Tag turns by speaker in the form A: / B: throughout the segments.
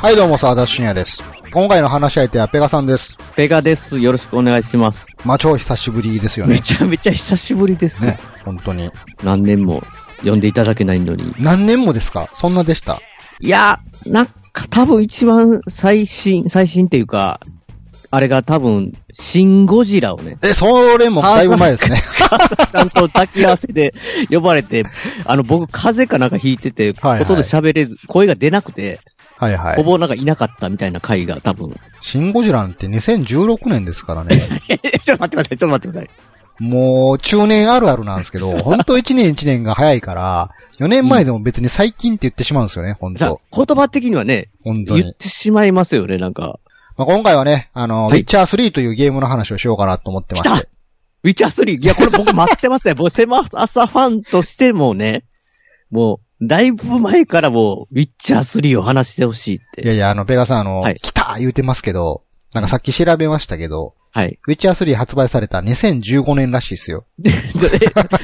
A: はい、どうも、沢田信也です。今回の話し相手はペガさんです。
B: ペガです。よろしくお願いします。
A: まあ、超久しぶりですよ
B: め
A: ね。
B: ちゃめちゃ久しぶりです。
A: ね、本当に。
B: 何年も呼んでいただけないのに。
A: 何年もですかそんなでした。、
B: いや、なんか多分一番最新、最新っていうか、あれが多分、シン・ゴジラを ね
A: え、それもだいぶ前ですね。
B: ちゃんと抱き合わせで 呼ばれて、あの、僕、風邪かなんか引いてて、
A: はいはい
B: ほとんど喋れず、声が出なくて、
A: はいは
B: ほ
A: い。
B: ぼなんかいなかったみたいな回が多分。
A: シンゴジラなんて2016年ですからね。
B: え、ちょっと待ってください、ちょっと待ってください。
A: もう、中年あるあるなんですけ ど、本当1年1年が早いから、4年前でも別に最近って言ってしまうんですよね、本
B: さ
A: 当
B: あ、言葉的にはね、
A: 本当
B: 言っ
A: に。
B: てしまいますよね、なんか。
A: まあ、今回はね、あの、
B: はい
A: ウィッチャー3というゲームの話をしようかなと思ってまして。
B: ウィッチャー3。いや、これ僕待ってま すね。もう、セマ朝ファンとしてもね、もう、だいぶ前からもう、ウィッチャー3を話してほしい
A: い
B: っ
A: や
B: て。
A: いや、あの、ペガさん、あの、
B: はい
A: 来た言うてますけど、なんかさっき調べましたけど、
B: はい。
A: ウィッチャー3発売された2015年らしいですよ。
B: で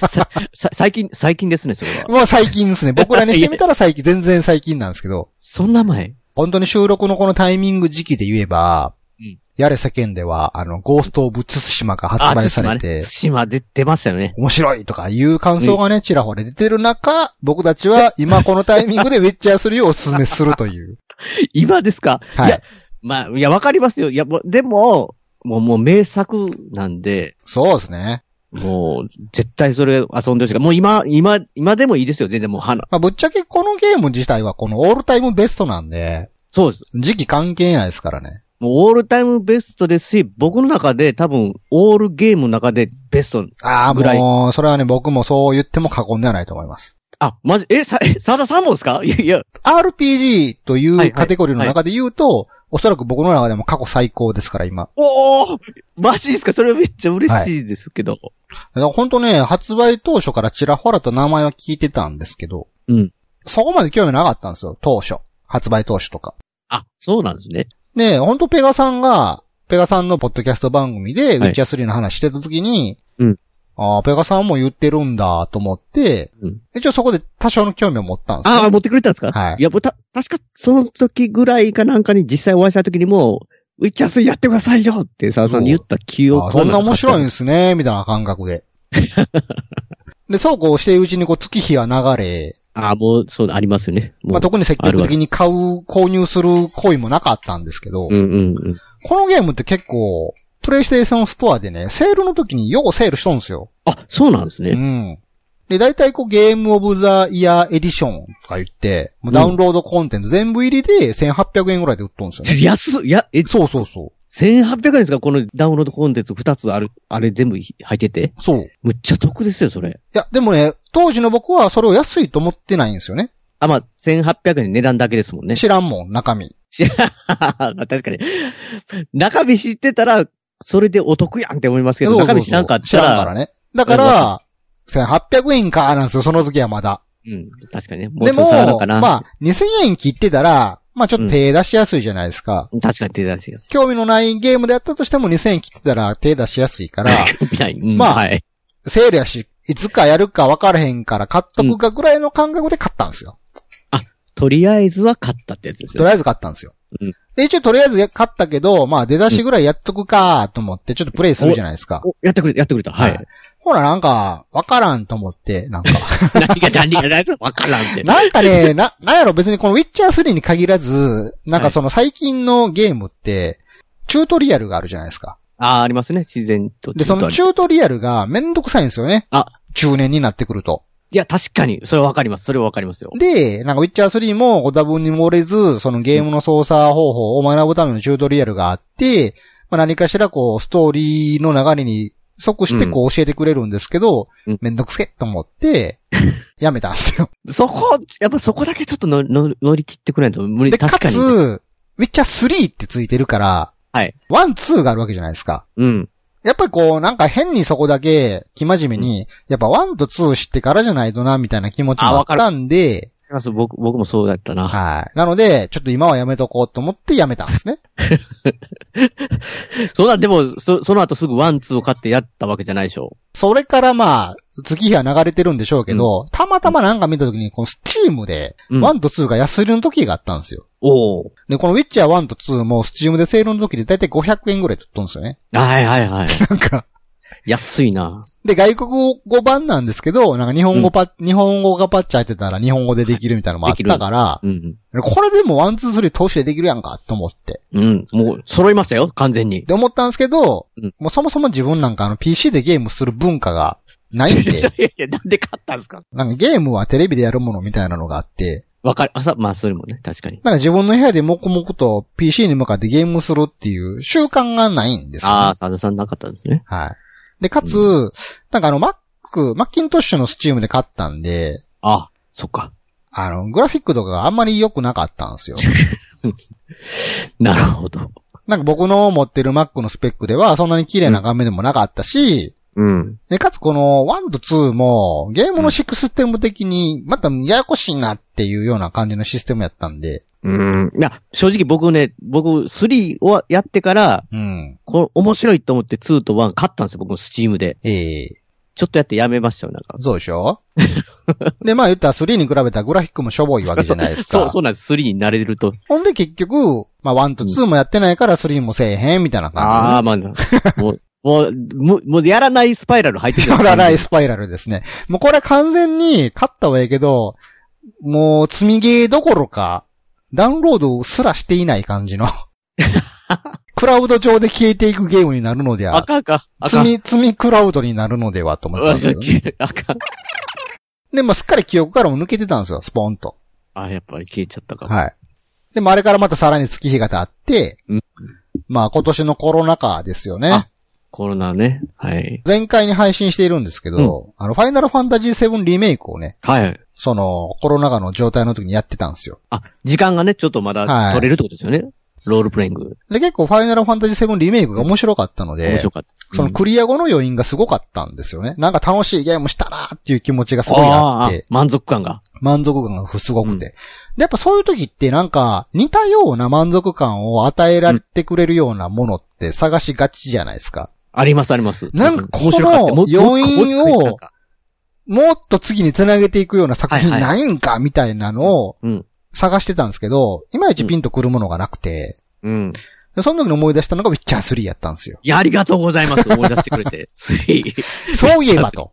B: えささ最近、最近ですね、それは。
A: もう最近ですね。僕らにしてみたら最近、全然最近なんですけど、
B: そんな前
A: 本当に収録のこのタイミング時期で言えば、
B: うん
A: やれ世間では、あの、ゴースト・オブ・ツツシマが発売されて、
B: 島ね。対馬出出ましたよね。
A: 面白いとかいう感想がね、ちらほら出てる中、僕たちは今このタイミングでウィッチャー3をお勧めすると いう。
B: 今ですか、、
A: はいい
B: や。、まあ、いや、わかりますよ。いや、もうでも、もう、もう名作なんで、
A: そうですね。
B: もう、絶対それ遊んでほしいから。もう今、今、今でもいいですよ。全然もう、はな、
A: まあ、ぶっちゃけこのゲーム自体はこのオールタイムベストなんで、
B: そうです。
A: 時期関係ないですからね。
B: もうオールタイムベストですし、僕の中で多分、オールゲームの中でベスト。
A: ああ、
B: ぐらい
A: もう、それはね、僕もそう言っても過言ではないと思います。
B: あ、まじ、え、さ、え、沢田さんもですかいやいや、
A: RPG とい
B: はいうはい
A: カテゴリーの中で言うと、おそらく僕の中でも過去最高ですから、今。
B: おおマジですかそれめっちゃ嬉しいですけど。
A: だから本当ね、発売当初からちらほらと名前は聞いてたんですけど、
B: うん。
A: そこまで興味なかったんですよ、当初。発売当初とか。
B: あ、そうなんですね。
A: で、本当ペガさんが、ペガさんのポッドキャスト番組で、ウ
B: はい
A: ィッチャー3の話してた時に、
B: うん
A: ああ、ペガさんも言ってるんだと思って、
B: うん
A: 一応そこで多少の興味を持ったんですよ。
B: ああ、持ってくれたんですか
A: はい
B: いや、もうた、確かその時ぐらいかなんかに実際お会いした時にもう、ウィッチャースやってくださいよって沢田さんに言った記憶
A: あ
B: が
A: そんな面白いん
B: か
A: で
B: っ
A: す ね、みたいな感覚で。で、そうこうしているうちにこう月日が流れ、
B: たああ、もう、そう、ありますよね。もう
A: まあ、特に積極的に買う、購入する行為もなかったんですけど、
B: うんうんうん。
A: このゲームって結構、プレイステーションストアでね、セールの時にようセールしとんですよ。
B: あ、そうなんですね。
A: うん。で、大体こうゲームオブザイヤーエディションとか言って、もうダウンロードコンテンツ全部入りで1800円ぐらいで売っとんですよね。
B: 安っ、いや、え、
A: そうそうそ
B: 1800円ですかこのダウンロードコンテンツ2つある、あれ全部入ってて。
A: う。そう。い
B: むっちゃ得ですよ、それ。
A: や、でもね、当時の僕はそれを安いと思ってないんですよね。
B: あ、まあ、1800円値段だけですもんね。
A: 知らんもん、中身。
B: し確かに。中身知ってたら、それでお得やんって思いますけど、
A: そうそう
B: 中
A: そう
B: 身知らんかった
A: 知らんから
B: ら、
A: ね。だから、1800円か、なんですよ、その時はまだ。
B: うん、確かにね。も
A: で
B: うちょ
A: も、
B: っと下がるのかな。
A: まあ、2000円切ってたら、まあちょっと手出しやすいじゃないですか。
B: 確かに手出しやすい。
A: 興味のないゲームであったとしても2000円切ってたら手出しやすいから、
B: みたいにうん
A: まあ
B: はい。
A: セールやし、いつかやるか分からへんから買っとくかぐらいの感覚で買ったんですよ。
B: とりあえずは買ったってやつです
A: と
B: よ。
A: りあえず買ったんですよ。
B: うん
A: で、一応とりあえず買ったけど、まあ出だしぐらいやっとくかと思って、ちょっとプレイするじゃないですか。
B: おやってくれた、やってくれた。はい。。
A: ほら、なんか、わからんと思って、なんか。
B: 何が何が何がわからんって。
A: なんか ね、な、なんやろ別にこのウィッチャー3に限らず、なんかその最近のゲームって、チュートリアルがあるじゃないですか。
B: ああ、ありますね。自然と。
A: で、そのチュートリアルがめんどくさいんですよね。
B: あ
A: 中年になってくると。
B: いや、確かに。それはわかります。それはわかりますよ。
A: で、なんかウィッチャー3もご多分に漏れず、そのゲームの操作方法を学ぶためのチュートリアルがあって、まあ何かしらこう、ストーリーの流れに即してこう教えてくれるんですけど、
B: うん
A: めんどくせえと思 って、やめたんですよ。
B: そこ、やっぱそこだけちょっとのの乗り切ってくれないと無理。
A: で、か
B: 確かに。
A: つ、ウィッチャー3ってついてるから、
B: はい。
A: ワン、ツーがあるわけじゃないですか。
B: うん。
A: やっぱりこう、なんか変にそこだけ、生真面目に、やっぱワンとツー知ってからじゃないとな、みたいな気持ちも
B: あ
A: あっ
B: わかる
A: たんで、
B: ます僕、僕もそうだったな。
A: はい。なので、ちょっと今はやめとこうと思ってやめたんですね。
B: そんな、でも、そ、その後すぐワン、ツーを買ってやったわけじゃないでしょ。
A: それからまあ、月日は流れてるんでしょうけど、たまたまなんか見た時に、このスチームで、
B: うん
A: 1と2が安売りの時があったんですよ。
B: おお
A: で、このウィッチャー1と2もスチームでセールの時でだいたい500円ぐらい取っとんですよね。
B: はいはいはい。
A: なんか、
B: 安いな。
A: で、外国語版なんですけど、なんか日本語パッ、日本語がパッチ入ってたら日本語でできるみたいなのもあったから、
B: うん。
A: これでもワン、ツー、スリー投資でできるやんか、と思って。
B: うん。もう、揃いましたよ、完全に。
A: で、思ったんですけど、
B: うん
A: もうそもそも自分なんかあの PC でゲームする文化がないんで、
B: いやいや、なんで買ったんですか
A: なんかゲームはテレビでやるものみたいなのがあって、
B: わかる。あ、さ、まあ、それもね、確かに。
A: なんか自分の部屋で黙々と PC に向かってゲームするっていう習慣がないんですよ、
B: ああ、サ田さんなかったんですね。
A: はい。で、かつ、なんかあの Mac、マッキントッシュの Steam で買ったんで、
B: あそっか。
A: あの、グラフィックとかがあんまり良くなかったんですよ。
B: なるほど。
A: なんか僕の持ってる Mac のスペックではそんなに綺麗な画面でもなかったし、
B: うん。
A: で、かつこの1と2もゲームのシステム的にまたややこしいなっていうような感じのシステムやったんで、
B: うん。いや、正直僕ね、僕、3をやってから、
A: うん。
B: こ面白いと思って2と1買ったんですよ、僕もスチームで。
A: ええ
B: ちょっとやってやめましたよ、なんか。
A: そうでしょ で、まあ言ったら3に比べたらグラフィックもしょぼいわけじゃないですか。
B: そう、そうなんです。3に慣れると。
A: ほんで結局、まあ1と2もやってないから3もせえへんみたいな
B: あ
A: 感
B: あ、まあ、 もう、もう、もう、もうやらないスパイラル入って
A: じ
B: き
A: で。
B: た
A: そらないスパイラルですね。もうこれは完全に勝ったはいいけど、もう積みゲーどころか、ダウンロードすらしていない感 じの。クラウド上で消えていくゲームになるのでは
B: あかんか。あかん。
A: 罪、罪クラウドになるのではと思ったんですけどね、
B: あかん。
A: で、まあ、すっかり記憶からも抜けてたんですよ、スポンと。
B: あ、やっぱり消えちゃったかも。
A: はい。でも、あれからまたさらに月日が経って、
B: うん
A: まあ、今年のコロナ禍ですよね
B: あ。コロナね。はい。
A: 前回に配信しているんですけど、あの、ファイナルファンタジー7リメイクをね、
B: はい。
A: その、コロナ禍の状態の時にやってたんですよ。
B: あ、時間がね、ちょっとまだ
A: はい
B: 取れるってことですよね。ロールプレイング。
A: で、結構ファイナルファンタジー7リメイクが面白かったの
B: 面
A: で、
B: 白かった。
A: その
B: うん
A: クリア後の余韻がすごかったんですよね。なんか楽しいゲームしたなーっていう気持ちがすごいあって。
B: 満足感が。
A: 満足感がすごくて。
B: うん
A: で、やっぱそういう時ってなんか似たような満足感を与えられてくれるようなものって探しがちじゃないですか。
B: あります、あります。
A: なんかこの
B: 面白かったもう
A: 余韻を
B: もう一個もう一個なんか
A: もっと次に繋げていくような作品
B: はいは
A: ないんかみたいなのを
B: うん。
A: 探してたんですけど、いまいちピンとくるものがなくて、
B: うん。
A: でその時に思い出したのがウィッチャー3やったんですよ。
B: いや、ありがとうございます。思い出してくれ て。つい。
A: そういえばと。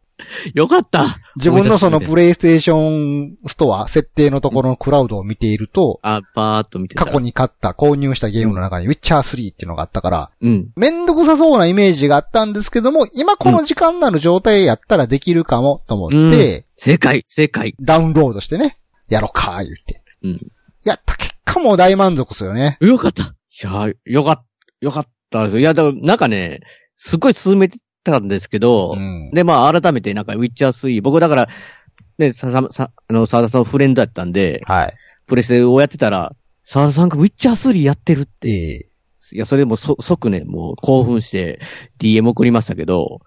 B: よかった。
A: 自分のその
B: 思い出してく
A: プレイステーションストア設定のところのクラウドを見ていると、
B: れてあ、パーっと見てた
A: 過
B: ら
A: 去。に買った、購入したゲームの中にウィッチャー3っていうのがあったから、
B: うん。
A: めんどくさそうなイメージがあったんですけども、今この時間なの状態やったらできるかもと思って、
B: 正解、正解。
A: ダウンロードしてね、やろうか、言って。
B: うん。
A: やった結果もう大満足ですよね。
B: よかった。いや、よかった。よかったです。いや、だからなんかね、すっごい進めてたんですけど
A: う、ん。
B: で、まあ、改めて、なんか、ウィッチャー3、僕、だから、ね、さ、さ、さ、あの、沢田さんのフレンドだったんで、
A: はい。
B: プレステをやってたら、沢田さんがウィッチャー3やってるって、い
A: ええ
B: や、それでもうそ、即ね、もう興奮して DM 送りましたけど、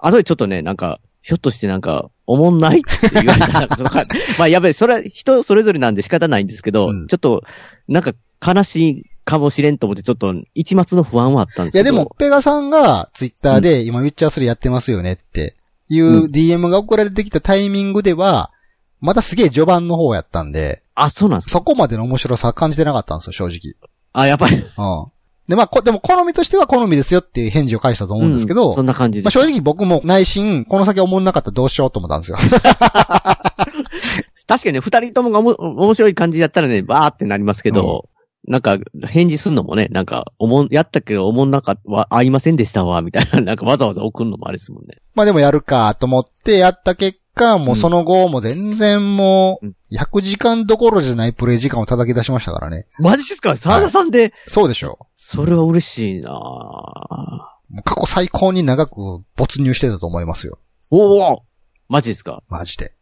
B: あとでちょっとね、なんか、ひょっとしてなんか、おもんないって言われたら とか、まあ、やべえ、それは人それぞれなんで仕方ないんですけど、
A: うん
B: ちょっと、なんか、悲しいかもしれんと思って、ちょっと、一末の不安はあったんです
A: い
B: け
A: や
B: ど。
A: でも、、ペガさんがツイッターで、今ウィッチャー3やってますよねって、いう DM が送られてきたタイミングでは、またすげえ序盤の方やったんで、
B: あ、そうなんですか。
A: そこまでの面白さは感じてなかったんですよ、正直。
B: あ、やっぱり。
A: うん。で、まあ、こでも好みとしては好みですよっていう返事を返したと思うんですけど、
B: うそんな感じで
A: まあ、。正直僕も内心、この先思んなかったらどうしようと思ったんですよ。
B: 確かにね、二人ともがおも面白い感じだったらね、バーってなりますけど、なんか、返事すんのもね、なんか、おもん、やったけど、おもんなかは、合いませんでしたわ、みたいな、なん かわざわざ送るのもあれですもんね。
A: まあでもやるかと思ってやった結果、もう
B: うん
A: その後も全然も
B: うん
A: う、100時間どころじゃないプレイ時間を叩き出しましたからね。
B: マジですか沢田さんで、
A: そうでしょ
B: それは嬉しいなぁ
A: う。もう過去最高に長く没入してたと思いますよ。
B: おおマジですか
A: マジで。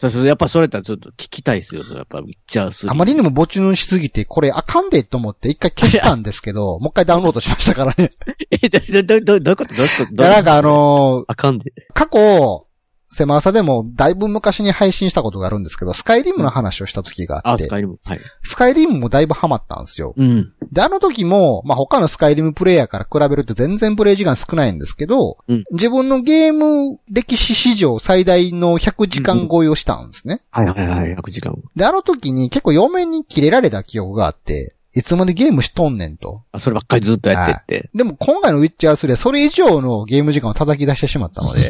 B: そうそうやっぱそれやったらちょっと聞きたいですよ、それやっぱ、ウィッチャー3。
A: あまりにも没入しすぎて、これあかんでと思って一回消したんですけ ど、もう一回ダウンロードしましたからね。
B: え、ど、ど、ど、どういうことどういうこと
A: いやなんかあ、のー
B: あかんで。
A: 過去、狭さでも、だいぶ昔に配信したことがあるんですけど、スカイリムの話をした時があっ
B: あ、
A: て、
B: スカイリム。はい。
A: スカイリムもだいぶハマったんですよ。
B: うん。
A: で、あの時も、まあ、他のスカイリムプレイヤーから比べると全然プレイ時間少ないんですけど、
B: うん
A: 自分のゲーム歴史史上最大の100時間超えをしたんですね。
B: はいはいはい、100時間。
A: で、あの時に結構嫁にキレられた記憶があって、いつまでゲームしとんねんと。
B: あそればっかりずっとやってって。
A: でも今回のウィッチャー3でそれ以上のゲーム時間を叩き出してしまった ので、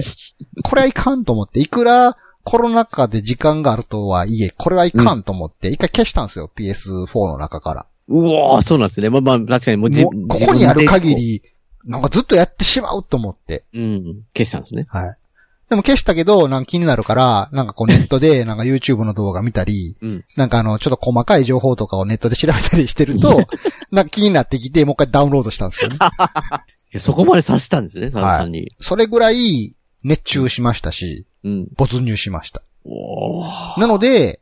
A: これはいかんと思って、いくらコロナ禍で時間があるとはいえ、これはいかんと思って、一回消したんですよ、PS4 の中から。
B: うおー、そうなんですね。まあまあ、確かにもうじ
A: もうここにある限。り、なんかずっとやってしまうと思って。
B: 自分でこううん。消したんですね。
A: はい。でも消したけど、なんか気になるから、なんかこうネットで、 なんか YouTube の動画見たり、
B: うん
A: なんかあの、ちょっと細かい情報とかをネットで調べたりしてると、 なんか気になってきて、もう一回ダウンロードしたんですよね。
B: いやそこまでさせたんですね、サンさんに。
A: それぐらい、熱中しましたし、
B: うん。
A: 没入しました。
B: おー。
A: なので、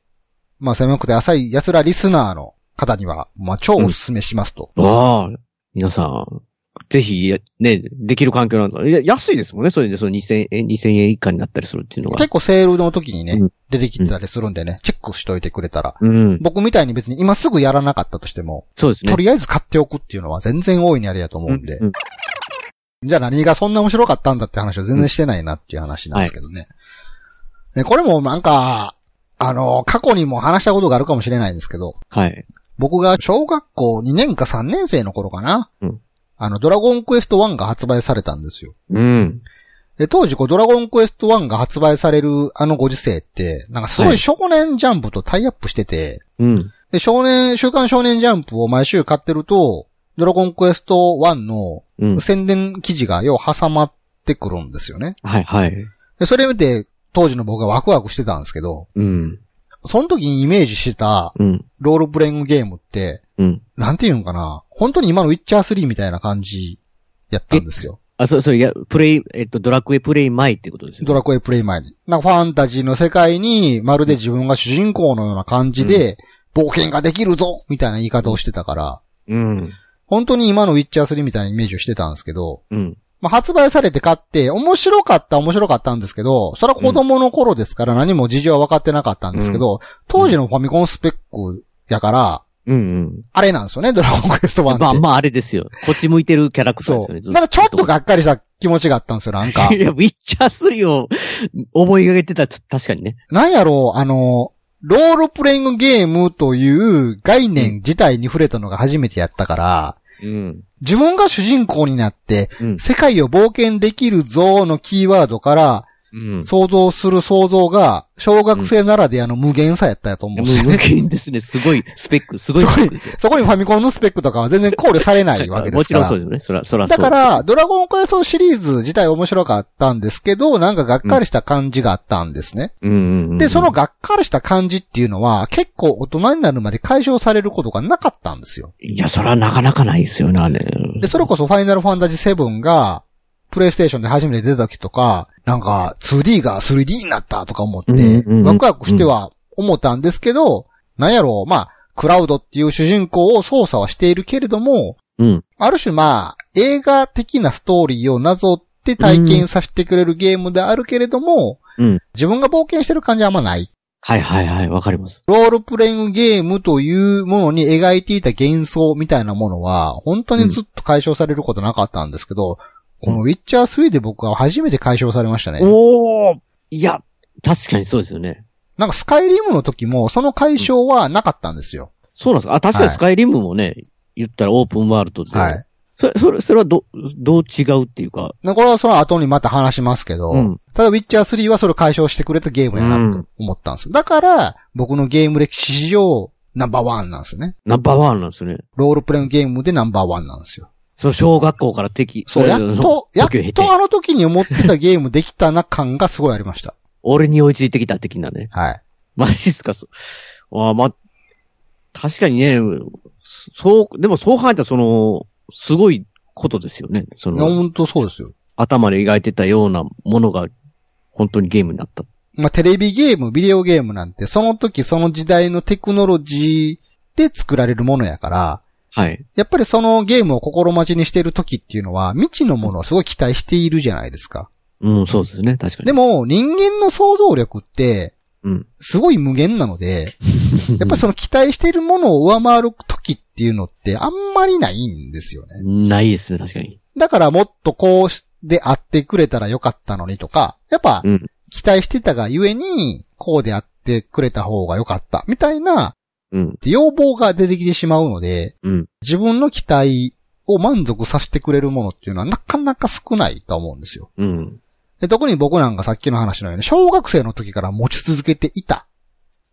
A: まあ狭くて浅い奴らリスナーの方には、まあ超おすすめしますと。
B: わあ、皆さん、ぜひ、やね、できる環境なんだ。いや安いですもんね、それで、その2000円、2000円以下になったりするっていうのが
A: 結。構セールの時にね、
B: うん
A: 出てきたりするんでね、チェックしといてくれたら。
B: うん。
A: 僕みたいに別に今すぐやらなかったとしても、
B: そうですね
A: と。りあえず買っておくっていうのは全然大いにありだと思うんで。
B: うんうん
A: じゃあ何がそんな面白かったんだって話を全然してないなっていう話なんですけどね。ねこれもなんか、あの、過去にも話したことがあるかもしれないんですけど、
B: はい。
A: 僕が小学校2年か3年生の頃かな。
B: うん
A: あの、ドラゴンクエスト1が発売されたんですよ。
B: うん。
A: で、当時、こう、ドラゴンクエスト1が発売されるあのご時世って、なんかすご
B: はいい
A: 少年ジャンプとタイアップしてて、
B: うん。
A: で、少年、週刊少年ジャンプを毎週買ってると、ドラゴンクエスト1の
B: うん。
A: 宣伝記事がよう挟まってくるんですよね。
B: はい、はい。
A: で、それ見て、当時の僕がワクワクしてたんですけど、
B: うん。
A: その時にイメージしてた
B: うん。
A: ロールプレイングゲームって、
B: うん。
A: なんていうんかな。本当に今のウィッチャー3みたいな感じやったんですよ。
B: あ、そ、それ、いや、プレイ、えっと、ドラクエプレイ前ってことですよね。
A: ドラクエプレイ前に。なんかファンタジーの世界に、まるで自分が主人公のような感じで、冒険ができるぞみたいな言い方をしてたから、
B: うん。
A: 本当に今のウィッチャー3みたいなイメージをしてたんですけど、
B: うん。
A: まあ、発売されて買って、面白かった面白かったんですけど、それは子供の頃ですから何も事情は分かってなかったんですけど、当時のファミコンスペックやから、
B: うん。うん。
A: あれなんですよね、ドラゴンクエスト1って。
B: まあ、まあ、あれですよ。こっち向いてるキャラクターで
A: そ
B: すよね、ず
A: う。
B: っ
A: なんかちょっとがっかりした気持ちがあったんですよ、なんか。
B: いや、ウィッチャー3を思いがけてた、ちょっと確かにね。
A: なんやろう、あの、ロールプレイングゲームという概念自体に触れたのが初めてやったから、
B: うん。
A: 自分が主人公になって、
B: うん。
A: 世界を冒険できるぞのキーワードから、
B: うん。
A: 想像する想像が、小学生ならであの無限さやったやと思
B: も
A: う
B: う
A: し、
B: 無限ですね。すごい、スペック、すご
A: す
B: いス
A: ごい
B: ペックです よ。
A: そこにファミコンのスペックとかは全然考慮されないわけで
B: も
A: す
B: ち
A: か
B: ろん
A: ら
B: そう。ですよね。そら、そら
A: だ
B: そう。
A: から、ドラゴンクエストシリーズ自体面白かったんですけど、なんかがっかりした感じがあったんですね。
B: うんうんうん。
A: で、その、がっかりした感じっていうのは、結構大人になるまで解消されることがなかったんですよ。
B: いや、そらなかなかないですよね、あれ。
A: で、それこそファイナルファンタジー7が、プレイステーションで初めて出た時とか、なんか 2D が 3D になったとか思って
B: うんうんう、ん
A: ワクワクしては思ったんですけど、なんやろう、まあ、クラウドっていう主人公を操作はしているけれども、
B: うん。
A: ある種まあ、映画的なストーリーをなぞって体験させてくれるゲームであるけれども、
B: うん
A: 自分が冒険してる感じはあんまない。
B: はいはいはい、わかります。
A: ロールプレイングゲームというものに描いていた幻想みたいなものは、本当にずっと解消されることなかったんですけど、このウィッチャー3で僕は初めて解消されましたね。
B: おーいや、確かにそうですよね。
A: なんかスカイリムの時もその解消はなかったんですよ。
B: そうなんですか。あ、確かに
A: はい
B: スカイリムもね、言ったらオープンワールドで。
A: はい。。
B: それ、それ、それはど、どう違うっていうか。
A: でこれはその後にまた話しますけど、
B: うん
A: ただウィッチャー3はそれを解消してくれたゲームやなと思ったんです。だから、僕のゲーム歴史史上ナンバーワンなんですよね。
B: ナンバーワンなんですね。
A: ロールプレイングゲームでナンバーワンなんですよ。
B: その小学校から敵。
A: そう、やっと、やっ
B: 時を経て
A: とあの時に思ってたゲームできたな感がすごいありました。
B: 俺に追いついてきた的なね。
A: はい。
B: マジっすか、そう。あーま、確かにね、そう、でもそう考えたらその、すごいことですよね。そ
A: いや
B: の、
A: 本当そうですよ。
B: 頭で描いてたようなものが、本当にゲームになった。
A: まあ、テレビゲーム、ビデオゲームなんて、その時その時代のテクノロジーで作られるものやから、
B: はい。
A: やっぱりそのゲームを心待ちにしてる時っていうのは、未知のものをすごい期待しているじゃないですか。
B: うん、そうですね。確かに。
A: で
B: も、
A: も、人間の想像力って、
B: うん。
A: すごい無限なの で、やっぱりその期待しているものを上回る時っていうのってあんまりないんですよね。
B: ないですね、確かに。
A: だからもっとこうしであってくれたらよかったのにとか、やっぱ
B: うん
A: 期待してたがゆえに、こうであってくれた方がよかった、みたいな
B: うん。
A: 要望が出てきてしまうので、
B: うん。
A: 自分の期待を満足させてくれるものっていうのはなかなか少ないと思うんですよ。
B: うん。
A: で特に僕なんかさっきの話のように、小学生の時から持ち続けていた。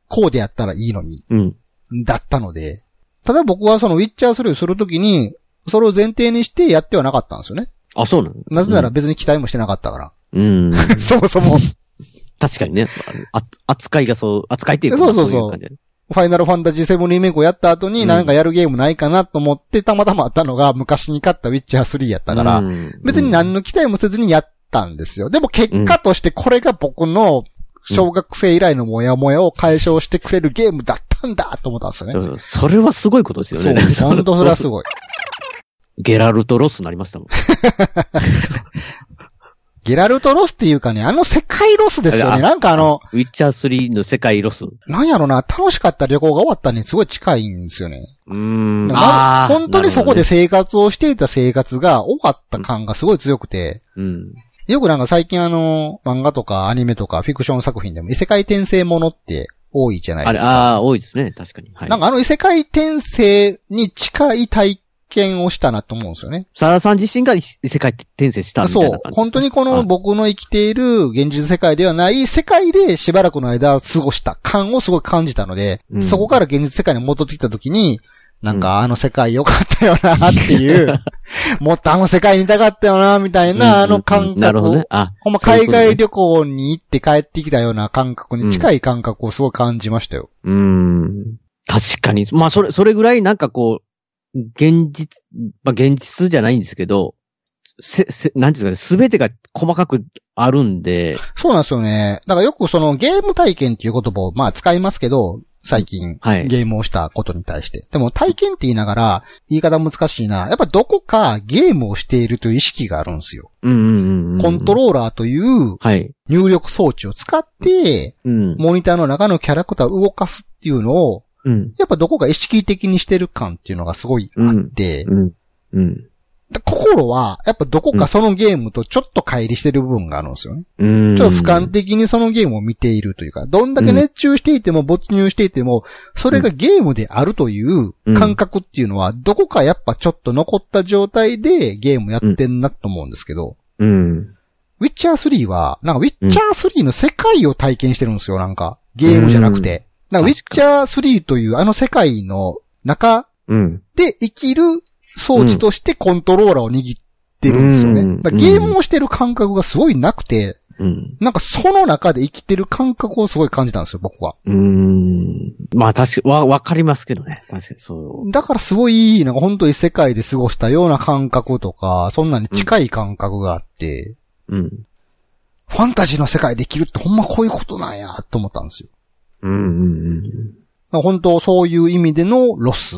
A: こうでやったらいいのに、
B: うん。
A: だったので。ただ僕はそのウィッチャー3をするときに、それを前提にしてやってはなかったんですよね。
B: あ、そうなの
A: なぜなら、別に期待もしてなかったから。
B: うん。うん
A: そもそも、フ
B: 確かにね。あ扱いがそう、扱いっていうか、
A: そうそうそう
B: まあいう感じだね
A: ァイナルファンタジー7リメイクをやった後
B: う
A: に
B: ん
A: 何かやるゲームないかなと思って、たまたまあったのが昔に買ったウィッチャー3やったから、
B: うん
A: 別に何の期待もせずにやったんですよ。でも結果としてこれが僕の小学生以来のモヤモヤを解消してくれるゲームだったんだと思ったんですよね。
B: そうそれはすごいことですよ
A: そ
B: ね。
A: う、
B: なんか
A: 本当それはす ごい。
B: ゲラルトロスになりましたもん。
A: ゲラルトロスっていうかね、あの世界ロスですよね。
B: あ
A: なんかあの、
B: ウィッチャー3の世界ロス。う
A: なんやろな、楽しかった旅行が終わったにすごい近いんですよね。
B: ーん。
A: ま
B: あー
A: 本当にそこで。
B: なる
A: 生活をしていた生活が終わった感がすごい強くて、
B: ほどね
A: よくなんか最近あの、漫画とかアニメとかフィクション作品でも異世界転生ものって多いじゃ
B: う。
A: なんいで
B: あれ、
A: すか。
B: ああ、多いですね。確かに。はい。
A: なんかあの異世界転生に近い体験をしたなと思うんですよね。
B: サラさん自身が異世界転生したみたい
A: そ
B: な
A: う
B: 感じですね。。
A: 本当にこ
B: は
A: の
B: い
A: 僕の生きている現実世界ではない世界でしばらくの間過ごした感をすごい感じたので、
B: うん
A: そこから現実世界に戻ってきた時に、なんかあの世界良かったよなって いう、もっとあの世界にいたかったよなみたい
B: うんうんうん
A: なあの感
B: なる
A: 覚
B: ほ
A: を、
B: どね。あ、
A: ほんま
B: そういう
A: 海
B: ことね
A: 外旅行に行って帰ってきたような感覚に近い感覚をすごい感じましたよ。
B: うーん。確かに。まあ、それ、それぐらいなんかこう、現実、まあ、現実じゃないんですけど、せ、せ、なんていうんですかね、すべてが細かくあるんで、
A: そうなんですよね。だからよくそのゲーム体験っていう言葉をまあ使いますけど、最近。
B: はい。
A: ゲームをしたことに対して。でも体験って言いながら、言い方難しいな。やっぱどこかゲームをしているという意識があるんですよ。
B: うんうんうんうん。
A: コントローラーという
B: はい。
A: 入力装置を使って、
B: うん。
A: モニターの中のキャラクターを動かすっていうのを、
B: うん。
A: やっぱどこか意識的にしてる感っていうのがすごいあって、
B: うん。うん。
A: だ心は、やっぱどこかそのゲームとちょっと乖離してる部分があるんですよね。
B: うん。
A: ちょっと俯瞰的にそのゲームを見ているというか、どんだけ熱中していても没入していても、それがゲームであるという感覚っていうのは、どこかやっぱちょっと残った状態でゲームやってんなと思うんですけど、
B: うん。
A: ウィッチャー3は、なんかウィッチャー3の世界を体験してるんですよ、なんか。ゲームじゃなくて。なんかウィッチャー3というあの世界の中
B: うん。
A: で生きる装置としてコントローラーを握ってるんですよ
B: う
A: ね
B: ん。
A: だからゲームをしてる感覚がすごいなくて、
B: うん。
A: なんかその中で生きてる感覚をすごい感じたんですよ、僕は。
B: うん。まあ、確か、わ、わかりますけどね。確かに、そう。
A: だからすごい、なんか本当に世界で過ごしたような感覚とか、そんなに近い感覚があって、
B: うん。
A: ファンタジーの世界で生きるってほんまこういうことなんや、と思ったんですよ。
B: うん。うん。うん。
A: だから本当そういう意味でのロス。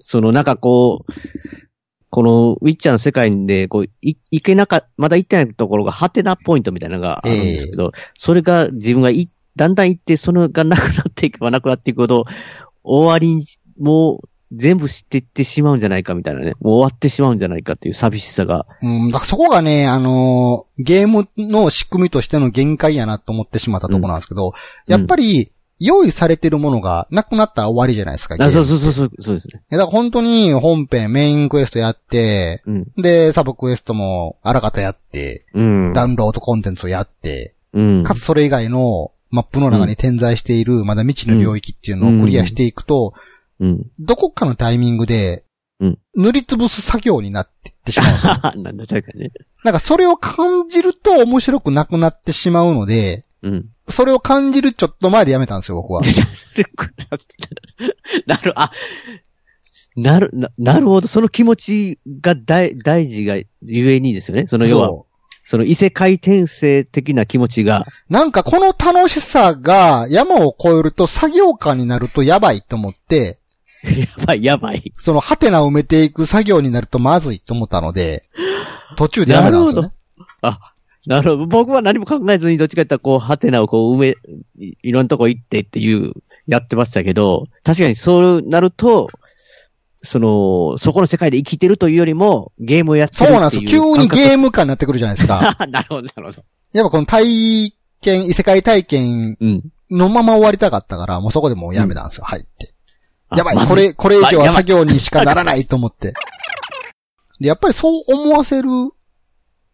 B: そのなんかこう、このウィッチャーの世界で、こう、い、いけなか、まだ行ってないところがハテナポイントみたいなのがあるんですけど、それが自分がい、だんだん行って、そのがなくなっていけばなくなっていくほど、終わりにもう全部知っていってしまうんじゃないかみたいなね、もう終わってしまうんじゃないかっていう寂しさが。
A: うん、だからそこがね、あのーゲームの仕組みとしての限界やなと思ってしまったところなんですけど、
B: うん
A: やっぱり、用意されてるものがなくなったら終わりじゃないですか。ゲー
B: あ
A: ム
B: そうそうそうそう、そうですね。
A: だから本当に本編、メインクエストやって、
B: うん。
A: で、サブクエストもあらかたやって、
B: うん。
A: ダウンロードコンテンツをやって、
B: うん。
A: かつそれ以外のマップの中に点在している、まだ未知の領域っていうのをクリアしていくと、
B: うん。
A: どこかのタイミングで
B: うん、
A: 塗りつぶす作業になっていってしまうんですよ
B: はは なんだ、確かにね。
A: なんかそれを感じると面白くなくなってしまうので、
B: うん。
A: それを感じるちょっと前でやめたんですよ、僕は。
B: なる、あ、なる、ななるほど。その気持ちが大、大事がゆえにですよね。その要は、そ
A: そ
B: の異世界転生的な気持ちが。
A: う。なんかこの楽しさが山を越えると作業感になるとやばいと思って、
B: やばい、やばい。
A: そのハテナを埋めていく作業になるとまずいと思ったので、途中でやめたんですよね。
B: なるほど。僕は何も考えずに、どっちかって言ったら、こう、ハテナをこう、埋め、いいろんなとこ行ってっていう、やってましたけど、確かにそうなると、その、そこの世界で生きてるというよりも、ゲームをやって
A: そう
B: るっていう
A: なんですよ。急にゲーム感になってくるじゃないです か。
B: ム。なるほど、なるほど。
A: やっぱこの体験、異世界体験
B: うん。
A: のまま終わりたかったから、もうそこでもうやめたんですよ、入って。
B: あ
A: やばい、
B: まず
A: これ、これ以上は
B: やば
A: 作
B: い
A: 業にしかならないと思って。で、やっぱりそう思わせる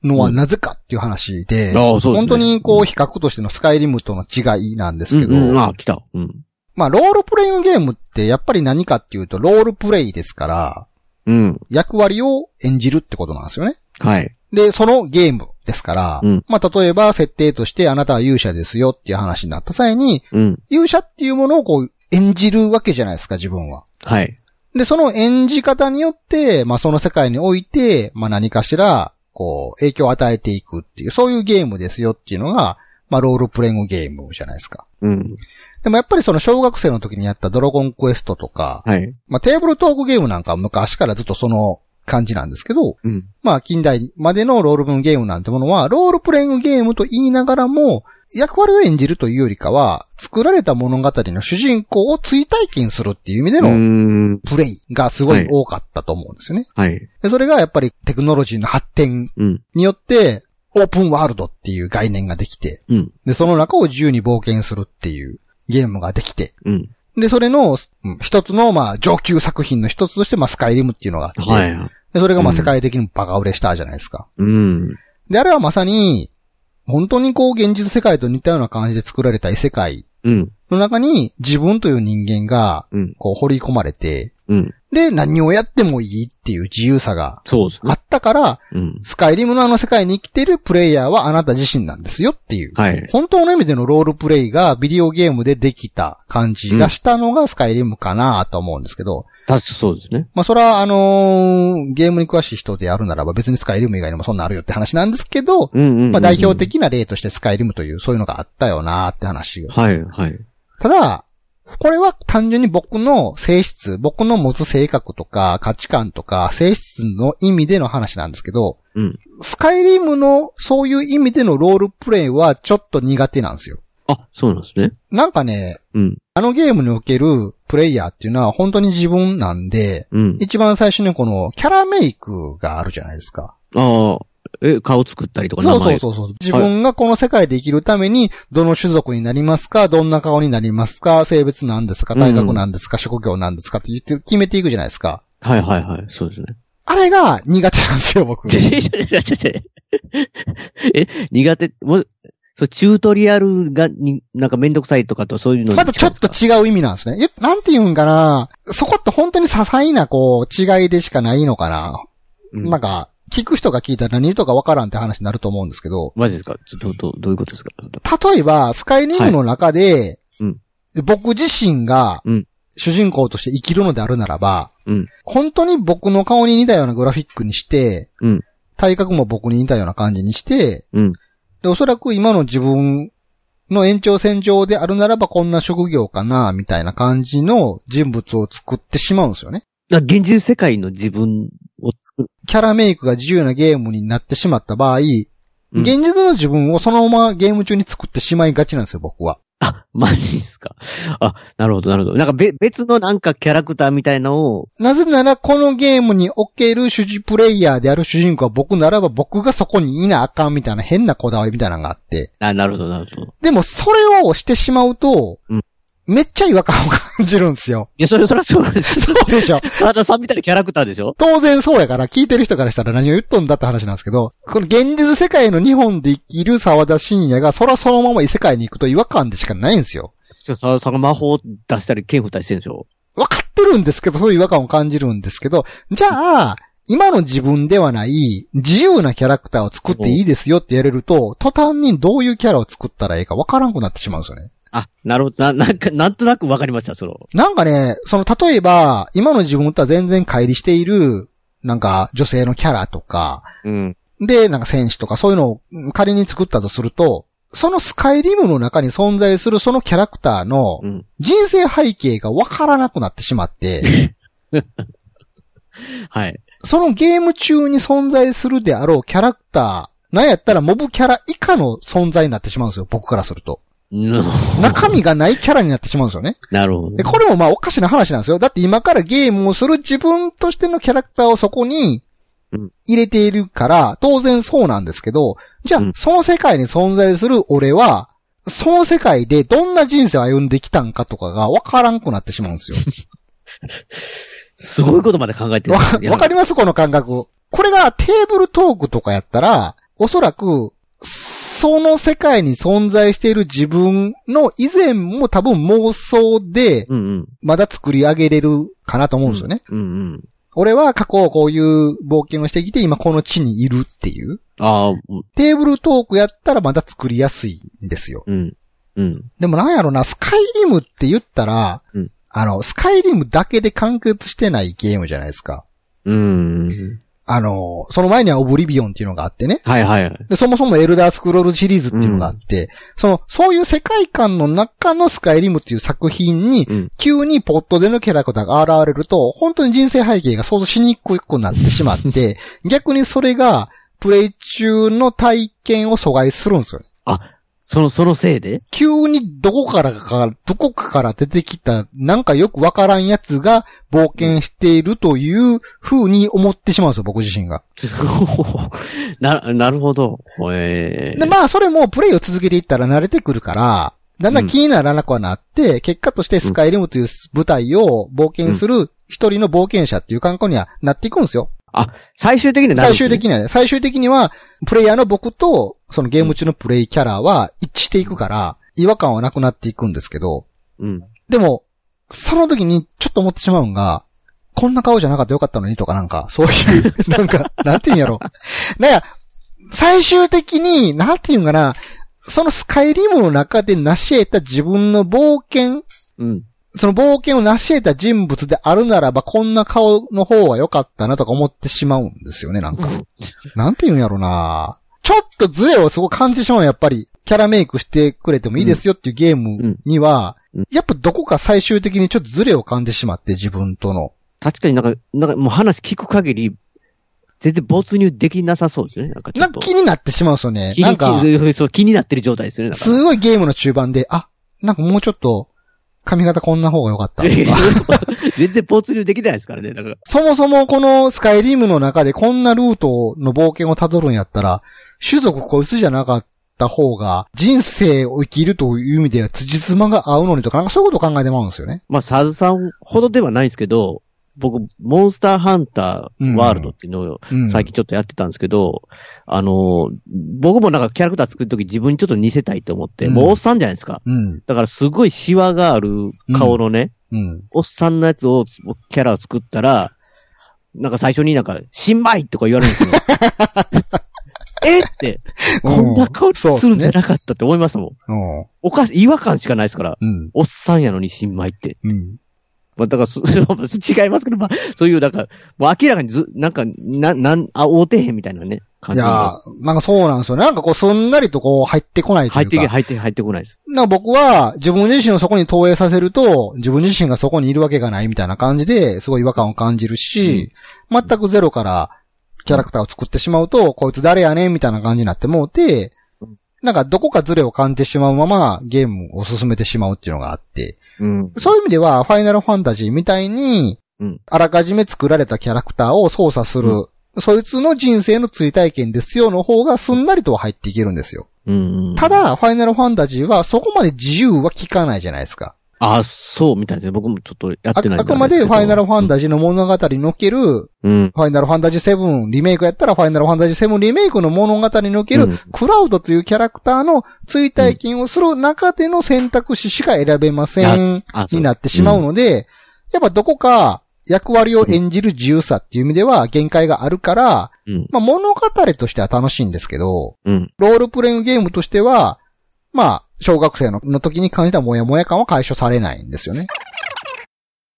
A: のはなぜかっていう話で、
B: ああ、そうですね。
A: 本当にこう比較としてのスカイリムとの違いなんですけど、
B: うん、うん、あ、来た。うん。
A: まあロールプレイングゲームってやっぱり何かっていうとロールプレイですから、
B: うん。
A: 役割を演じるってことなんですよね。
B: はい。
A: で、そのゲームですから、
B: うん
A: まあ例えば設定としてあなたは勇者ですよっていう話になった際に、
B: うん。
A: 勇者っていうものをこう演じるわけじゃないですか、自分は。
B: はい。
A: で、その演じ方によって、まあその世界において、まあ何かしら、こう、影響を与えていくっていう、そういうゲームですよっていうのが、まあロールプレイングゲームじゃないですか。
B: うん。
A: でもやっぱりその小学生の時にやったドラゴンクエストとか、
B: はい。
A: まあテーブルトークゲームなんかは昔からずっとその感じなんですけど、
B: うん。
A: まあ近代までのロールプレイングゲームなんてものは、ロールプレイングゲームと言いながらも、役割を演じるというよりかは、作られた物語の主人公を追体験するっていう意味で
B: うー
A: の
B: ん。
A: プレイがすごい多かったと思うんですよね。
B: はい。
A: で、それがやっぱりテクノロジーの発展
B: うん。
A: によって、オープンワールドっていう概念ができて、
B: うん。
A: で、その中を自由に冒険するっていうゲームができて、
B: うん。
A: で、それの、うん一つの、まあ、上級作品の一つとして、まあ、スカイリムっていうのがあって、
B: はい。
A: で、それがまあ、
B: うん
A: 世界的にバカ売れしたじゃないですか。
B: うん。
A: で、あれはまさに、本当にこう、現実世界と似たような感じで作られた異世界
B: うん。
A: の中に、自分という人間が、
B: うん。
A: こう、掘り込まれて、
B: うん。
A: で、何をやってもいいっていう自由さが
B: そうです
A: あ
B: ね。
A: ったから、
B: うん。
A: スカイリムのあの世界に生きているプレイヤーはあなた自身なんですよっていう。
B: はい。
A: 本当の意味でのロールプレイがビデオゲームでできた感じがしたのがスカイリムかなと思うんですけど、
B: 確かそうですね。
A: まあそれはあのーゲームに詳しい人でやるならば別にスカイリム以外にもそんなあるよって話なんですけど、
B: うんうんうんうん。
A: まあ代表的な例としてスカイリムというそういうのがあったよなって話を。
B: はい、はい。
A: ただ、これは単純に僕の性質、僕の持つ性格とか価値観とか性質の意味での話なんですけど、
B: うん
A: スカイリムのそういう意味でのロールプレイはちょっと苦手なんですよ。
B: あ、そうなんですね。
A: なんかね、
B: うん。
A: あのゲームにおけるプレイヤーっていうのは本当に自分なんで、
B: うん。
A: 一番最初にこのキャラメイクがあるじゃないですか。
B: ああ、え、顔作ったりとか名
A: そうそ
B: 前
A: うそうそう。自分がこの世界で生きるために、どの種族になりますか、どんな顔になりますか、性別なんですか、
B: うん
A: 大学なんですか、職業なんですかって言って、決めていくじゃないですか。
B: はいはいはい。そうですね。
A: あれが苦手なんですよ、僕。
B: ちょちょちょちょ え、苦手、もう、そう、チュートリアルが、に、なんかめんどくさいとかとそういうのに
A: またちょ
B: 近いん
A: っ
B: です
A: と
B: か
A: 違う意味なんですね。え、なんて言うんかなそこって本当に些細な、こう、違いでしかないのかな、
B: うん
A: なんか、聞く人が聞いたら何言うとかわからんって話になると思うんですけど、
B: マジですかちょどう、どう、どういうことですか
A: 例えば、スカイリングの中で、
B: はいうん
A: 僕自身が
B: うん、
A: 主人公として生きるのであるならば、
B: うん
A: 本当に僕の顔に似たようなグラフィックにして、
B: うん
A: 体格も僕に似たような感じにして、
B: うん
A: でおそらく今の自分の延長線上であるならばこんな職業かな、みたいな感じの人物を作ってしまうんですよね。
B: あ現実世界の自分を作る。
A: キャラメイクが自由なゲームになってしまった場合、
B: うん
A: 現実の自分をそのままゲーム中に作ってしまいがちなんですよ、僕は。
B: あ、マジですかあ、なるほど、なるほど。なんかべ、別のなんかキャラクターみたいなのを、
A: なぜなら、このゲームにおける主人、プレイヤーである主人公は僕ならば僕がそこにいなあかんみたいな変なこだわりみたいなのがあって。
B: あ、なるほど、なるほど。
A: でも、それをしてしまうと、
B: うん
A: めっちゃ違和感を感じるんですよ。
B: いや、それ、それはそうです。
A: そうでしょ。
B: 沢田さんみたいなキャラクターでしょ
A: 当然そうやから、聞いてる人からしたら何を言っとんだって話なんですけど、この現実世界の日本で生きる沢田信也が、そらそのまま異世界に行くと違和感でしかないんですよ。
B: そう沢田さんが魔法出したり、剣振ったりしてるんでしょ
A: わかってるんですけど、そういう違和感を感じるんですけど、じゃあ、今の自分ではない自由なキャラクターを作っていいですよってやれると、途端にどういうキャラを作ったらいいかわからんくなってしまうんですよね。
B: あ、なるほど。な、なんか、なんとなくわかりました、その。
A: なんかね、その、例えば、今の自分とは全然乖離している、なんか、女性のキャラとか、
B: うん。
A: で、なんか戦士とかそういうのをうん仮に作ったとすると、そのスカイリムの中に存在するそのキャラクターの
B: うん
A: 人生背景がわからなくなってしまって、
B: はい。
A: そのゲーム中に存在するであろうキャラクター、なんやったらモブキャラ以下の存在になってしまうんですよ、僕からすると。
B: な
A: 中身がないキャラになってしまうんですよね。
B: なるほ
A: で、
B: ど。
A: これもまあおかしな話なんですよ。だって今からゲームをする自分としてのキャラクターをそこに
B: うん
A: 入れているから、当然そうなんですけど、じゃあ
B: うん
A: その世界に存在する俺は、その世界でどんな人生を歩んできたんかとかがわからんくなってしまうんですよ。
B: すごいことまで考えてる。
A: わか、わかりますこの感覚。これがテーブルトークとかやったら、おそらく、その世界に存在している自分の以前も多分妄想で、
B: うんうん。
A: まだ作り上げれるかなと思うんですよね。
B: うんうん。
A: 俺は過去こういう冒険をしてきて今この地にいるっていう。
B: ああ、
A: テーブルトークやったらまだ作りやすいんですよ。
B: うん。うん。
A: でもなんやろな、スカイリムって言ったら、
B: うん
A: あの、スカイリムだけで完結してないゲームじゃないですか。
B: うん。
A: あの、その前にはオブリビオンっていうのがあってね。
B: はいはい。
A: で、そもそもエルダースクロールシリーズっていうのがあって、その、そういう世界観の中のスカイリムっていう作品に、
B: うん。
A: 急にポットでのキャラクターが現れると、本当に人生背景が想像しにくくなってしまって、 逆にそれが、プレイ中の体験を阻害するんですよね。
B: その、そのせいで
A: 急にどこからか、どこかから出てきた、なんかよくわからんやつが冒険しているという風に思ってしまうんですよ、僕自身が。
B: な、なるほど。ええ
A: で、まあ、それもプレイを続けていったら慣れてくるから、だんだん気にならなくはなって、結果としてスカイリムという舞台を冒険する一人の冒険者っていう感覚にはなっていくんですよ。
B: 最終的にはなるん
A: 最終
B: ですね
A: 的にはね、最終的には、プレイヤーの僕と、そのゲーム中のプレイキャラは一致していくから、違和感はなくなっていくんですけど、
B: うん。
A: でも、その時にちょっと思ってしまうんが、こんな顔じゃなかったらよかったのにとかなんか、そういう、 なんか、なんていうんやろ。なんや、最終的に、なんていうんかな、そのスカイリムの中で成し得た自分の冒険、
B: うん。
A: その冒険を成し得た人物であるならば、こんな顔の方は良かったなとか思ってしまうんですよね、なんか。なんて言うんやろなちょっとズレをすごい感じてしまう、やっぱり。キャラメイクしてくれてもいいですよっていうゲームには
B: うんうん、
A: やっぱどこか最終的にちょっとズレを感じてしまって、自分との。
B: 確かになんか、なんかもう話聞く限り、全然没入できなさそうですね。なんかちょ
A: な
B: っ
A: ん
B: と。
A: か気になってしまうんですよね。
B: 気に
A: なんか、
B: 気そう気になってる状態ですよね。なんか
A: すごいゲームの中盤で、あ、なんかもうちょっと、髪型こんな方が良かったと
B: いやいや
A: か。
B: 全然没入できてないですからね。なんか、
A: そもそもこのスカイリムの中でこんなルートの冒険を辿るんやったら、種族こいつじゃなかった方が、人生を生きるという意味では辻褄が合うのにとか、なんかそういうことを考えてまうんですよね。
B: まあ、サズさんほどではないですけど、僕、モンスターハンターワールドっていうのを
A: うん。
B: 最近ちょっとやってたんですけど、あの、僕もなんかキャラクター作るとき自分にちょっと似せたいと思って、
A: うん
B: もうおっさんじゃないですか。
A: うん。
B: だからすごいシワがある顔のね、
A: うん。
B: おっさんのやつを、キャラを作ったら、なんか最初になんか、新米とか言われるんで すよ。えって、こんな顔するんじゃなかったって思いましたもん。
A: うん。
B: おかし、違和感しかないですから。
A: うん。
B: おっさんやのに新米って。
A: うん。
B: まあ、だからそ、 それは違いますけど、まあ、そういう、なんか、もう明らかにず、なんか、な、なん、あ、おうてへんみたいなね、感
A: い
B: じ
A: や
B: が。
A: ーなんかそうなんですよね。なんかこう、すんなりとこう、入ってこないとい
B: 入っ
A: う
B: て
A: か。
B: け、入って、入ってこないです。
A: なんか僕は、自分自身をそこに投影させると、自分自身がそこにいるわけがないみたいな感じで、すごい違和感を感じるし、全くゼロからキャラクターを作ってしまうと、こいつ誰やねんみたいな感じになってもうて
B: うん、
A: なんかどこかズレを感じてしまうままゲームを進めてしまうっていうのがあって、
B: うん。
A: そういう意味では、ファイナルファンタジーみたいに
B: うん、
A: あらかじめ作られたキャラクターを操作する、
B: う
A: そいつの人生の追体験ですよの方がすんなりとは入っていけるんですよ。
B: うん。
A: た、だ、ファイナルファンタジーはそこまで自由は効かないじゃないですか。
B: あ、そう、みたいですね。僕もちょっとや
A: あ
B: ってない
A: あくまでファイナルファンタジーの物語における、フ
B: ジー。うん。
A: ァイナルファンタジー7リメイクやったらファイナルファンタジー7リメイクの物語における、
B: うん
A: クラウドというキャラクターの追体験をする中での選択肢しか選べません
B: あ、そう
A: になってしまうので、やっぱどこか役割を演じる自由さっていう意味では限界があるから、
B: うん。
A: まあ物語としては楽しいんですけど、
B: うん。
A: ロールプレイングゲームとしては、まあ、小学生のの時に感じたモヤモヤ感は解消されないんですよね。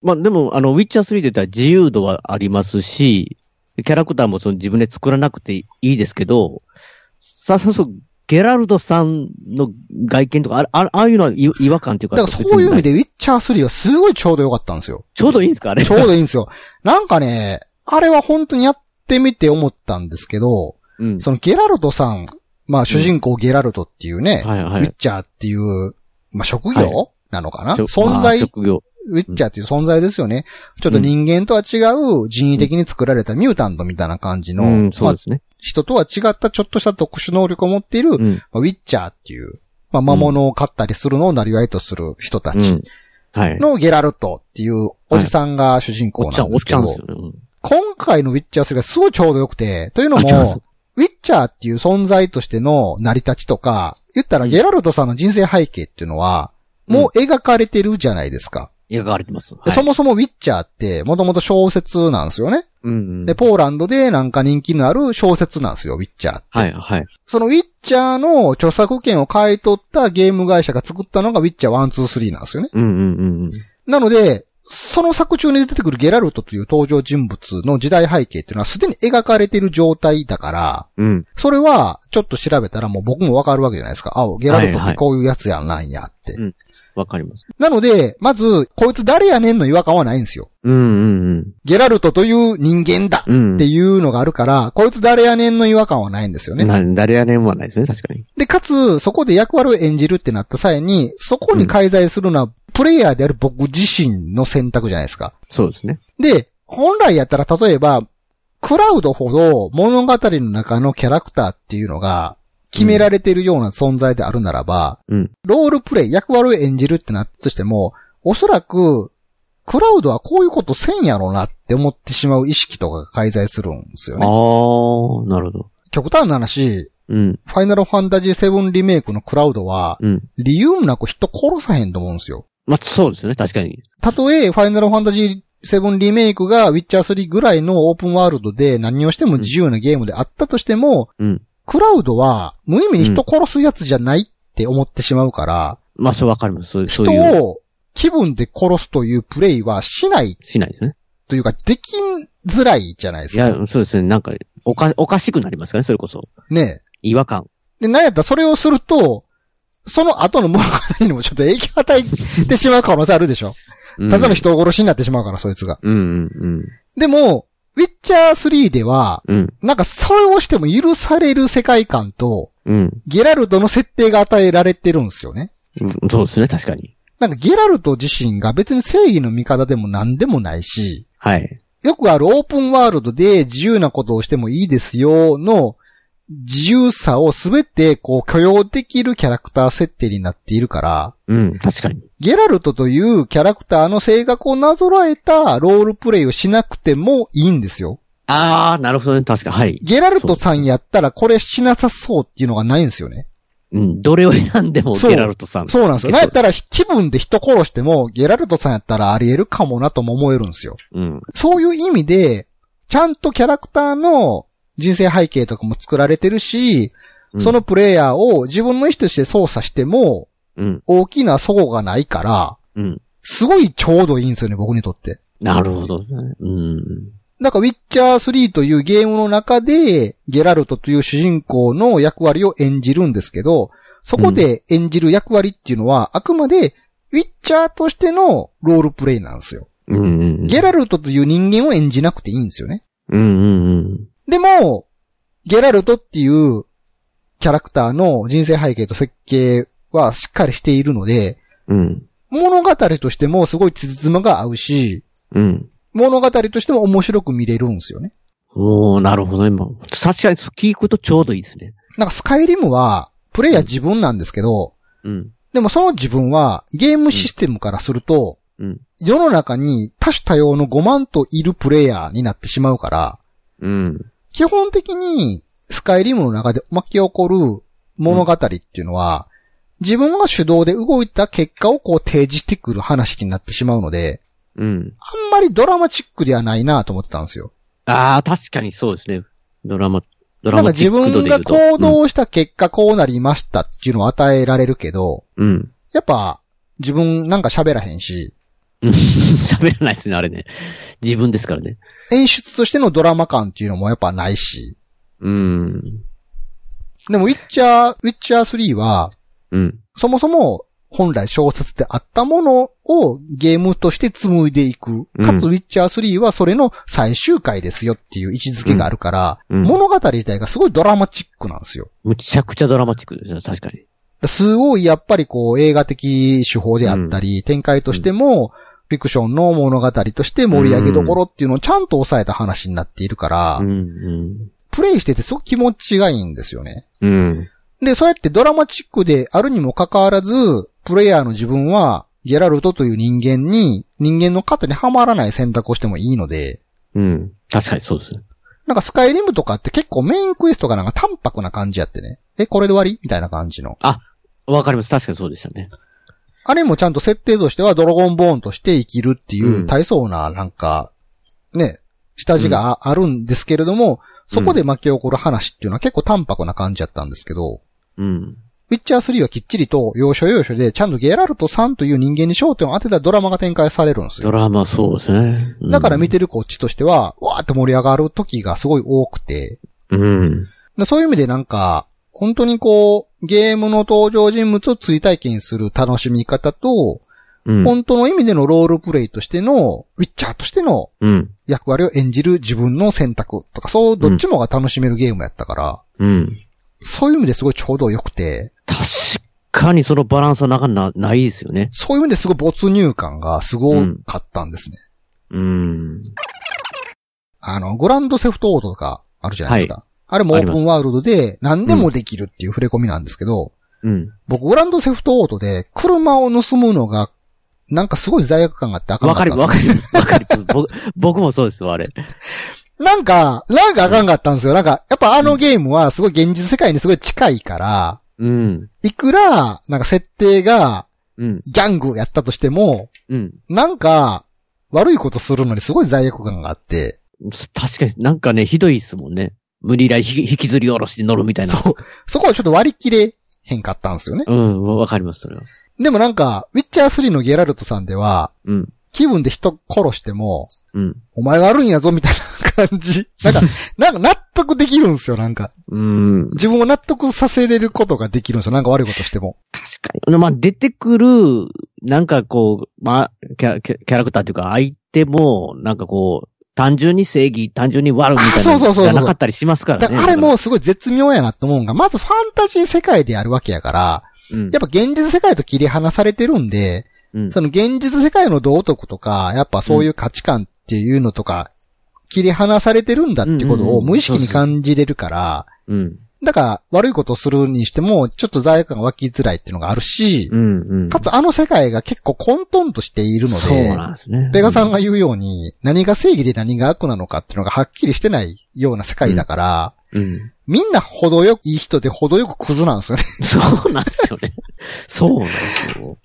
B: まあ、でも、あの、ウィッチャー3で言ったら自由度はありますし、キャラクターもその自分で作らなくていいですけど、さ、さ、そう、ゲラルドさんの外見とか、ああああいうのはい違和感っていうか、
A: だからそういう意味で、
B: で。
A: ウィッチャー3はすごいちょうど良かったんですよ。
B: ちょうどいいんですかあれ。
A: ちょうどいいんですよ。なんかね、あれは本当にやってみて思ったんですけど、
B: うん。
A: そのゲラルトさん、まあ主人公ゲラルトっていうね、
B: はいは
A: ウィッ
B: い。
A: チャーっていう、まあ職業、
B: は
A: なのかな
B: ちょ
A: 存
B: まあ
A: 在、
B: 職業。
A: ウィッチャーっていう存在ですよね。ちょっと人間とは違う人為的に作られたミュータントみたいな感じの、
B: うん、そ
A: ま
B: う
A: あ
B: ですね。
A: 人とは違ったちょっとした特殊能力を持っている、
B: うん。
A: まあウィッチャーっていう、まあ魔物を飼ったりするのをなりわいとする人た
B: う
A: ち
B: ん。はい。
A: のゲラルトっていうおじさんが主人
B: お
A: 公
B: っちゃ、
A: なんんで
B: おっ
A: すけ
B: ちゃ
A: ど、
B: んですよね。うん
A: 今回のウィッチャー3がすごいちょうどよくて、というの
B: あ違いま
A: も
B: す、
A: ウィッチャーっていう存在としての成り立ちとか、言ったらゲラルトさんの人生背景っていうのは、もう描かれてるじゃないですか。
B: 描かれてます。
A: で
B: はい
A: そもそもウィッチャーって、もともと小説なんですよね。
B: うんうん。
A: で、ポーランドでなんか人気のある小説なんですよ、ウィッチャー。
B: はいはい。
A: そのウィッチャーの著作権を買い取ったゲーム会社が作ったのがウィッチャー123なんですよね。
B: うんうんうんうん。
A: なので、その作中に出てくるゲラルトという登場人物の時代背景っていうのはすでに描かれている状態だから、
B: うん。
A: それはちょっと調べたらもう僕もわかるわけじゃないですか。あ、ゲラルトっ
B: はいは
A: て
B: い
A: こういうやつやんなんやって。
B: うんわかります。
A: なので、まず、こいつ誰やねんの違和感はないんですよ。
B: うんうん
A: ゲラルトという人間だ
B: うん。うん。
A: っていうのがあるから、こいつ誰やねんの違和感はないんですよね。
B: な誰やねんはないですね、確かに。
A: で、かつ、そこで役割を演じるってなった際に、そこに介在するのは、プレイヤーである僕自身の選択じゃないですか。
B: そうですね。
A: で、本来やったら、例えば、クラウドほど物語の中のキャラクターっていうのが、決められているような存在であるならば、
B: うん。
A: ロールプレイ、役割を演じるってなったとしても、おそらく、クラウドはこういうことせんやろなって思ってしまう意識とかが介在するんですよ
B: ああ
A: ね。
B: ー、なるほど。
A: 極端な話、
B: うん。
A: ファイナルファンタジー7リメイクのクラウドは、
B: うん。
A: 理由もなく人殺さへんと思うんですよ。
B: まあ、そうですよね、確かに。
A: たとえ、ファイナルファンタジー7リメイクがウィッチャー3ぐらいのオープンワールドで何をしても自由なゲームであったとしても、
B: うん。
A: クラウドは無意味に人殺すやつじゃないって思ってしまうから、
B: まあ、そうわかります。そうそういう。
A: 人を気分で殺すというプレイはしない
B: しないですね。
A: というか、できづらいじゃないです
B: い
A: か。
B: や、そうですね。なんか、おか、おかしくなりますからね、それこそ。
A: ね
B: 違和感。
A: えで、なんやったらそれをすると、その後の物語にもちょっと影響を与えてしまう可能性あるでしょ。
B: うん
A: ただの。人殺しになってしまうから、そいつが。
B: うんうん
A: でも、ウィッチャー3では、
B: うん。うん。
A: なんかそれをしても許される世界観と、
B: うん。
A: ゲラルトの設定が与えられてるんですよね。
B: うんそうですね、確かに。
A: なんかゲラルト自身が別に正義の味方でも何でもないし、
B: はい。
A: よくあるオープンワールドで自由なことをしてもいいですよの自由さをすべてこう許容できるキャラクター設定になっているから、
B: うん、確かに。
A: ゲラルトというキャラクターの性格をなぞらえたロールプレイをしなくてもいいんですよ。
B: あー、なるほどね、確か、はい。
A: ゲラルトさんやったらこれしなさそうっていうのがないんですよね。
B: うん、どれを選んでも、
A: そう
B: ゲラルトさん。
A: そうなんですよ。
B: い
A: な
B: や
A: んや
B: そ
A: った
B: う
A: ら気分で人殺してもゲラルトさんやったらあり得るかもなとも思えるんですよ。
B: うん。
A: そういう意味で、ちゃんとキャラクターの人生背景とかも作られてるし、
B: うん
A: その、プレイヤーを自分の意思として操作しても、
B: うん、
A: 大きな齟齬がないから、
B: うん。
A: すごいちょうどいいんですよね、僕にとって。
B: なるほどね。うん。
A: なんか、ウィッチャー3というゲームの中で、ゲラルトという主人公の役割を演じるんですけど、そこで演じる役割っていうのは、あくまで、ウィッチャーとしてのロールプレイなんですよ。
B: うんうん。
A: ゲラルトという人間を演じなくていいんですよね。
B: うんうんうん。
A: でも、ゲラルトっていうキャラクターの人生背景と設計はしっかりしているので、
B: うん。
A: 物語としてもすごいつづまが合うし、
B: うん。
A: 物語としても面白く見れるんですよね。
B: おー、なるほどね。今、確かにそう聞くとちょうどいいですね。
A: なんかスカイリムは、プレイヤー自分なんですけど、
B: うん。
A: でもその自分はゲームシステムからすると、
B: うん。
A: 世の中に多種多様の5万といるプレイヤーになってしまうから、
B: うん。
A: 基本的に、スカイリムの中で巻き起こる物語っていうのは、自分が主導で動いた結果をこう提示してくる話になってしまうので、
B: うん。
A: あんまりドラマチックではないなと思ってたんですよ。
B: ああ、確かにそうですね。ドラマ、ド
A: な
B: ラ
A: んか
B: マチ
A: 自
B: ック度
A: 分
B: で言
A: が
B: う
A: 行
B: と。
A: 動した結果こうなりましたっていうのを与えられるけど、
B: うん。うん。
A: やっぱ自分なんか喋らへんし、
B: うん 喋らないですね、あれね。自分ですからね。
A: 演出としてのドラマ感っていうのもやっぱないし、
B: うん。
A: でもウィッチャー、ウィッチャー3は、
B: うん。
A: そもそも本来小説であったものをゲームとして紡いでいく。
B: うん
A: かつ、ウィッチャー3はそれの最終回ですよっていう位置づけがあるから、
B: うんうん
A: 物語自体がすごいドラマチックなんですよ。
B: むちゃくちゃドラマチックですね、確かに。
A: すごいやっぱりこう映画的手法であったり、展開としても、フィクションの物語として盛り上げどころっていうのをちゃんと抑えた話になっているから、
B: うん、うん。
A: プレイしててすごく気持ちがいいんですよね。
B: うん。
A: で、そうやってドラマチックであるにもかかわらず、プレイヤーの自分は、ゲラルトという人間に、人間の肩にはまらない選択をしてもいいので、
B: うん。確かにそうですね。
A: なんかスカイリムとかって結構メインクエストがなんか淡白な感じやってね。え、これで終わりみたいな感じの。
B: わかります。確かにそうでしたね。
A: あれもちゃんと設定としてはドラゴンボーンとして生きるっていううん大層な、なんか、ね、下地がああるんですけれども、そこで巻き起こる話っていうのは結構淡白な感じやったんですけど、
B: うん。
A: ウィッチャー3はきっちりと要所要所でちゃんとゲラルトさんという人間に焦点を当てたドラマが展開されるんです
B: ド
A: よ。
B: ラマそうですね。うん
A: だから見てるこっちとしては、わーって盛り上がる時がすごい多くて、
B: うん。
A: でそういう意味でなんか、本当にこう、ゲームの登場人物を追体験する楽しみ方と、
B: うん。
A: 本当の意味でのロールプレイとしての、ウィッチャーとしての
B: うん。
A: 役割を演じる自分の選択とか、そう、どっちもが楽しめるゲームやったから、
B: うん。
A: そういう意味ですごいちょうど良くて、
B: 確かにそのバランスはなかなかないですよね。
A: そういう意味ですごい没入感がすごかったんですね。
B: うん。
A: あの、グランドセフトオートとかあるじゃないですか。あれもオープンワールドで何でもできるっていう触れ込みなんですけど、
B: うん。
A: 僕グランドセフトオートで車を盗むのがなんかすごい罪悪感があってあかん
B: わ
A: かっ
B: か
A: た
B: り、
A: んですよ
B: わかります。わかります。僕、僕もそうですよ、あれ。
A: なんか、なんかあかんかったんですよ。なんか、やっぱあのゲームはすごい現実世界にすごい近いから、
B: うん。
A: いくら、なんか設定が
B: うん。
A: ギャングやったとしても、
B: うん。
A: なんか、悪いことするのにすごい罪悪感があって、
B: 確かになんかね、ひどいですもんね。無理やりひ引きずり下ろして乗るみたいな。
A: そう、そこはちょっと割り切れへんかったんですよね。
B: うん、わかります、それは。
A: でもなんか、ウィッチャー3のゲラルトさんでは、
B: うん。
A: 気分で人殺しても、
B: うん。
A: お前があるんやぞみたいな感 じ。なんか、なんか納得できるんですよ、なんか。
B: うん。
A: 自分を納得させれることができるんですよ、なんか悪いことして も。
B: 確かに。まあ、出てくる、なんかこう、まあ、キャキャキャラクターというか、相手も、なんかこう、単純に正義、単純に悪みたい
A: あそう
B: な、
A: そうそうそう
B: じゃなかったりしますから
A: だか
B: ね。
A: らあれもすごい絶妙やなと思うんが、まずファンタジー世界でやるわけやから、
B: うん、
A: やっぱ現実世界と切り離されてるんで、
B: うん、
A: その現実世界の道徳とか、やっぱそういう価値観っていうのとか、切り離されてるんだってことを無意識に感じれるから、
B: うん、
A: だから悪いことをするにしても、ちょっと罪悪感が湧きづらいっていうのがあるし
B: う、ん、うん。
A: かつあの世界が結構混沌としているの
B: そう
A: で、
B: なんですね。
A: ペガさん
B: が、
A: が言うように、何が正義で何が悪なのかっていうのがはっきりしてないような世界だから、
B: うん。
A: みんな程よくいい人で程よくクズなんですよね。
B: そうなんですよね。そうなんですよ。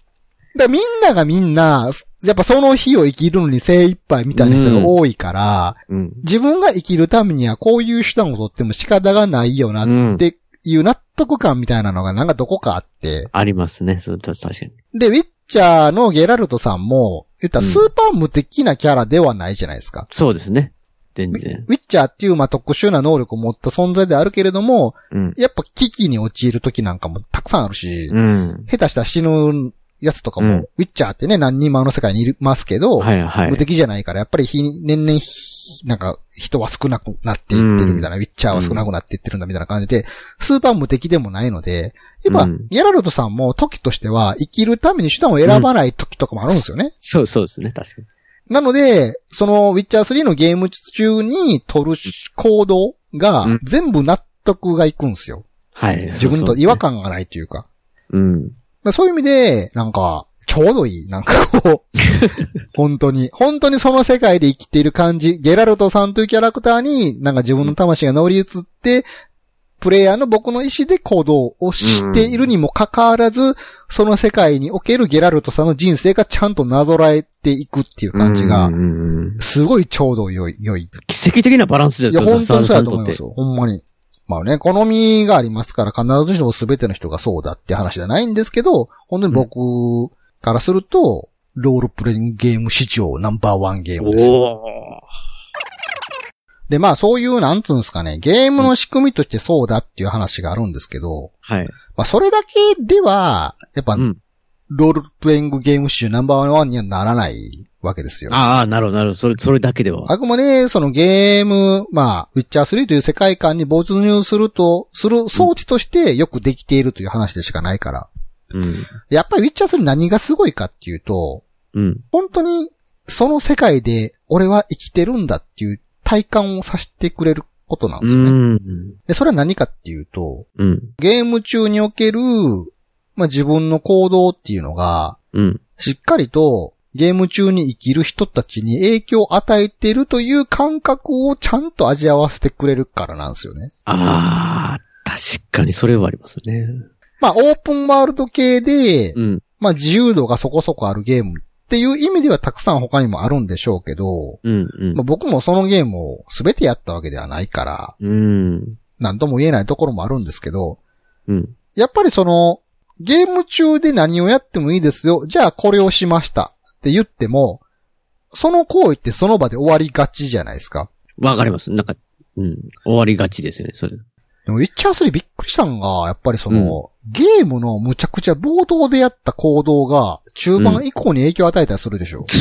A: だからみんながみんな、やっぱその日を生きるのに精一杯みたいな人が多いから、
B: うん。
A: 自分が生きるためにはこういう手段をとっても仕方がないよな
B: うん
A: っていう納得感みたいなのがなんかどこかあって。
B: ありますね。そうた確かに。
A: で、ウィッチャーのゲラルトさんも、言ったら
B: うん
A: スーパー無敵なキャラではないじゃないですか。
B: そうですね。全然。
A: ウィッチャーっていうまあ特殊な能力を持った存在であるけれども、
B: うん。
A: やっぱ危機に陥る時なんかもたくさんあるし、
B: うん。
A: 下手したら死ぬやつとかも、
B: うん
A: ウィッチャーってね、何人もあの世界にいますけど、
B: はいはい
A: 無。敵じゃないから、やっぱり日に年々ひ、なんか、人は少なくなっていってるみたいな、ウィッチャーは少なくなっていってるんだみたいな感じで、スーパー無敵でもないので、今、
B: うん
A: ゲラルトさんも時としては、生きるために手段を選ばない時とかもあるんですよね。
B: そうそうですね。確かに。
A: なので、その、ウィッチャー3のゲーム中に取る行動が
B: うん、
A: 全部納得がいくんですよ。
B: はい。
A: 自分と違和感がないというか。
B: うん。
A: まあそういう意味で、なんか、ちょうどいい。なんかこ う、本当に、本当にその世界で生きている感じ、ゲラルトさんというキャラクターに、なんか自分の魂が乗り移って、プレイヤーの僕の意思で行動をしているにもかかわらず、その世界におけるゲラルトさんの人生がちゃんとなぞらえていくっていう感じが
B: うん、うんうん
A: すごいちょうど良い、良い。
B: 奇跡的なバランスじゃ
A: い
B: な
A: や、
B: いで
A: 本
B: すか、
A: 当にそう
B: 沢田さ
A: や
B: ん
A: と
B: にと
A: 思
B: っ
A: いま
B: て
A: す。よ。ほんまに。まあね、好みがありますから、必ずしも全ての人がそうだっていう話じゃないんですけど、本当に僕からすると、ロールプレイングゲーム史上ナンバーワンゲームです。
B: おー
A: で、まあそういう、なんつうんですかね、ゲームの仕組みとしてそうだっていう話があるんですけど、
B: はい。
A: まあそれだけでは、やっぱ、
B: うん
A: ロールプレイングゲーム集ナンバーワンにはならないわけですよ。
B: ああ、なるほど、なるほど。それ、それだけでは。
A: あくまで、そのゲーム、まあ、ウィッチャー3という世界観に没入すると、する装置としてよくできているという話でしかないから。
B: うん。
A: やっぱりウィッチャー3何がすごいかっていうと、
B: うん。
A: 本当にその世界で俺は生きてるんだっていう体感をさせてくれることなんで
B: う
A: すよね。
B: ん。
A: で、それは何かっていうと、
B: うん。
A: ゲーム中における、まあ、自分の行動っていうのが、
B: うん。
A: しっかりとゲーム中に生きる人たちに影響を与えてるという感覚をちゃんと味合わせてくれるからなんですよね。
B: ああ、確かにそれはありますね。
A: まあ、オープンワールド系で、
B: うん。
A: まあ、自由度がそこそこあるゲームっていう意味ではたくさん他にもあるんでしょうけど、
B: うん。
A: まあ、僕もそのゲームを全てやったわけではないから、
B: うん。うん。
A: 何とも言えないところもあるんですけど、
B: うん。
A: やっぱりその、ゲーム中で何をやってもいいですよ。じゃあこれをしました。って言っても、その行為ってその場で終わりがちじゃないですか。
B: わかります。なんか、うん。終わりがちですよね、それ。
A: でも、ウィッチャー3びっくりしたのが、やっぱりその、ゲームのむちゃくちゃ冒頭でやった行動が、中盤以降に影響を与えたりするでしょ。
B: そ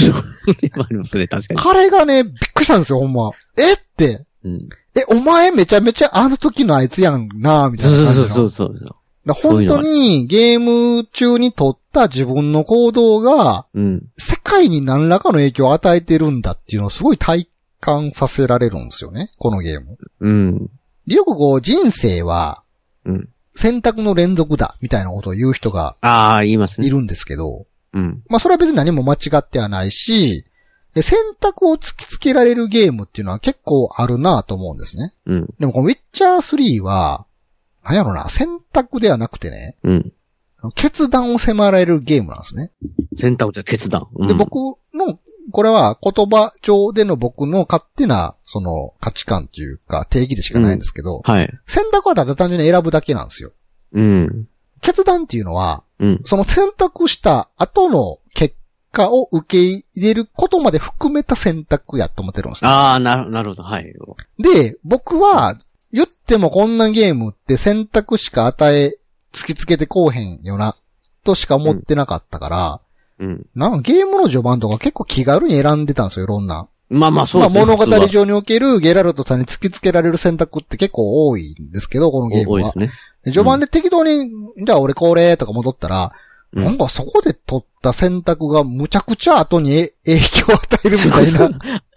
B: れはありますね、確かに。
A: 彼がね、びっくりしたんですよ、ほんま。えって、
B: うん。
A: え、お前めちゃめちゃあの時のあいつやんなみた
B: そ
A: いうな感じの。
B: そうそうそうそう。
A: だから
B: そうい
A: 本
B: う
A: 当
B: のが
A: にゲーム中に取った自分の行動が、
B: うん。
A: 世界に何らかの影響を与えてるんだっていうのをすごい体感させられるんですよね、このゲーム。
B: うん。
A: でよくこう、人生は
B: うん。
A: 選択の連続だ、みたいなことを言う人が
B: ああ、言います
A: い
B: ね。
A: るんですけど、
B: うん。
A: まあそれは別に何も間違ってはないし、で選択を突きつけられるゲームっていうのは結構あるなぁと思うんですね。
B: うん。
A: でもこのウィッチャー3は、なんやろな、選択ではなくてね、
B: うん。
A: 決断を迫られるゲームなんですね。
B: 選択と決断。うん
A: で、僕の、これは言葉上での僕の勝手な、その価値観というか定義でしかないんですけど、
B: はい。
A: 選択はただ単純に選ぶだけなんですよ。
B: うん。
A: 決断っていうのは、
B: うん。
A: その選択した後の結果を受け入れることまで含めた選択やと思ってるんですね。
B: ああ、なる、なるほど。はい。
A: で、僕は、言ってもこんなゲームって選択しか与え、突きつけてこうへんよな、としか思ってなかったから、
B: うん。
A: なんかゲームの序盤とか結構気軽に選んでたんですよ、いろんな。
B: まあまあ、そう
A: ま
B: で
A: あ
B: す
A: 物
B: ね。
A: 語
B: 普通は
A: 上におけるゲラルトさんに突きつけられる選択って結構多いんですけど、このゲーム
B: 多いで
A: は。
B: すね。
A: で序盤で適当に、じゃあ俺これとか戻ったら、
B: うん
A: なんかそこで取った選択がむちゃくちゃ後に影響を与えるみたい
B: そ
A: な
B: う。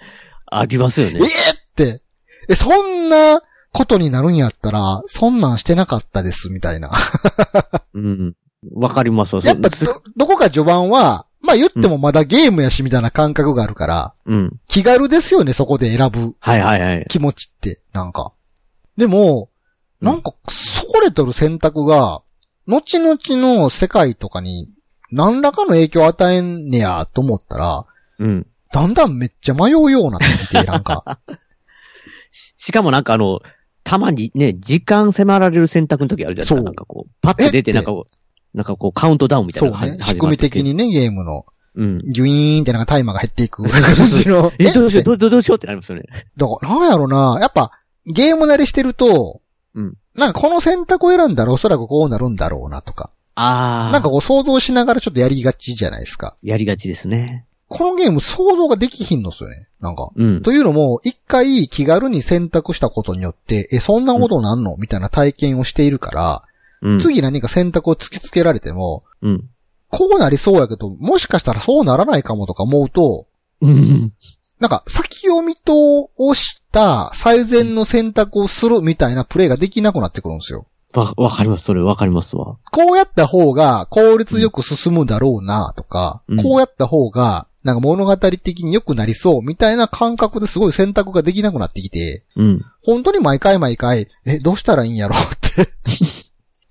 B: ありますよ
A: え
B: ね
A: ー。って。え、そんなことになるんやったら、そんなんしてなかったです、みたいな。
B: うん。わかりますわ。
A: やっぱ
B: そう
A: ど、どこか序盤は、まあ言ってもまだゲームやし、みたいな感覚があるから、
B: うん。
A: 気軽ですよね、そこで選ぶ
B: はいはいはい。
A: 気持ちって、なんか。でも、なんか、そこで取る選択が、後々の世界とかに何らかの影響を与えんねやと思ったら、
B: うん。
A: だんだんめっちゃ迷うようになってきて、なん か。
B: ししかもなんかあの、たまにね、時間迫られる選択の時あるじゃないです
A: そう
B: か。なんかこう、パッて出
A: えって
B: て、なんかこう、なんかこう、カウントダウンみた
A: そ
B: いうなのがは
A: ね。 仕組み的。
B: 始
A: にね、ゲームの、
B: まってうん。
A: ギュイーンってなんかタイマーが減っていく感
B: そうそうそう
A: じ の。
B: え、どうしよう、
A: って
B: どうどうどうしようってなりますよね。
A: だから、なんやろな。やっぱ、ゲーム慣れしてると、
B: うん
A: なんかこの選択を選んだらおそらくこうなるんだろうなとか。
B: ああ。
A: なんかこう想像しながらちょっとやりがちじゃないですか。
B: やりがちですね。
A: このゲーム想像ができひんのっすよね。なんか。
B: うん。
A: というのも、一回気軽に選択したことによって、え、そんなことなんのみたいな体験をしているから、
B: うん。
A: 次何か選択を突きつけられても、
B: うん。
A: こうなりそうやけど、もしかしたらそうならないかもとか思うと、
B: うん。
A: なんか先読み通した最善の選択をするみたいなプレイができなくなってくるんですよ。
B: わ、わかります。それわかりますわ。
A: こうやった方が効率よく進むだろうなとか、
B: うん
A: こうやった方がなんか物語的に良くなりそうみたいな感覚ですごい選択ができなくなってきて、
B: うん。
A: 本当に毎回毎回、え、どうしたらいいんやろうって。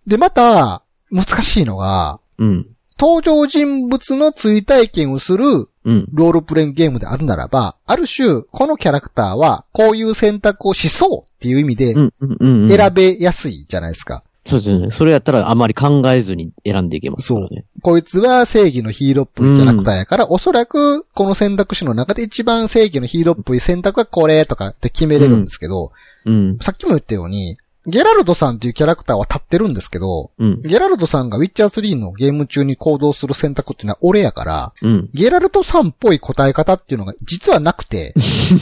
A: で、また、難しいのが、
B: うん。
A: 登場人物の追体験をする
B: うん。
A: ロールプレイングゲームであるならば、ある種、このキャラクターはこういう選択をしそうっていう意味で
B: うん。うんうん。うん
A: 選べやすいじゃないですか。
B: そうですね。それやったらあまり考えずに選んでいけますからね。
A: こいつは正義のヒーローっぽいキャラクターやから、おそらくこの選択肢の中で一番正義のヒーローっぽい選択はこれとかって決めれるんですけど、
B: うん。
A: さっきも言ったように、ゲラルドさんっていうキャラクターは立ってるんですけど、
B: うん。
A: ゲラルドさんがウィッチャー3のゲーム中に行動する選択っていうのは俺やから、
B: うん。
A: ゲラルドさんっぽい答え方っていうのが実はなくて、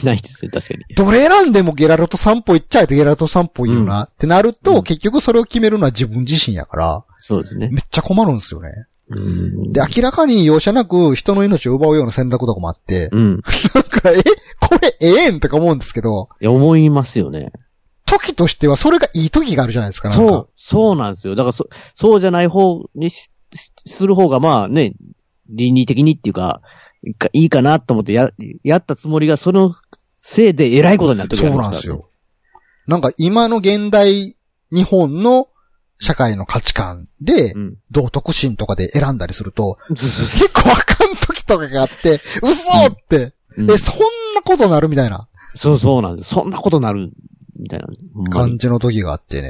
B: ないですね、確かに。
A: どれ選んでもゲラルトさんっぽいっちゃえとゲラルトさんっぽいよな、ってなると、
B: うん
A: 結局それを決めるのは自分自身やから、
B: そうですね。
A: めっちゃ困るんですよね。
B: うん。
A: で、明らかに容赦なく人の命を奪うような選択とかもあ って、
B: うん。
A: なんか、えこれええんとか思うんですけど、
B: いや、思いますよね。
A: 時としてはそれがいい時があるじゃないですか、なん
B: そ
A: か
B: う。、そうなんですよ。だからそ、そうじゃない方にししする方が、まあね、倫理的にっていうか、いいかいいかなと思ってや、やったつもりが、そのせいで偉いことになってく
A: そ
B: る
A: うなんですよ。なんか今の現代日本の社会の価値観で、
B: うん。
A: 道徳心とかで選んだりすると、
B: ずずず
A: 結構あかん時とかがあって、嘘って、
B: うん
A: え、そんなことなるみたいな
B: そうそうなんです。そんなことなる、みたいな。ほんまに
A: 感じの時があってね。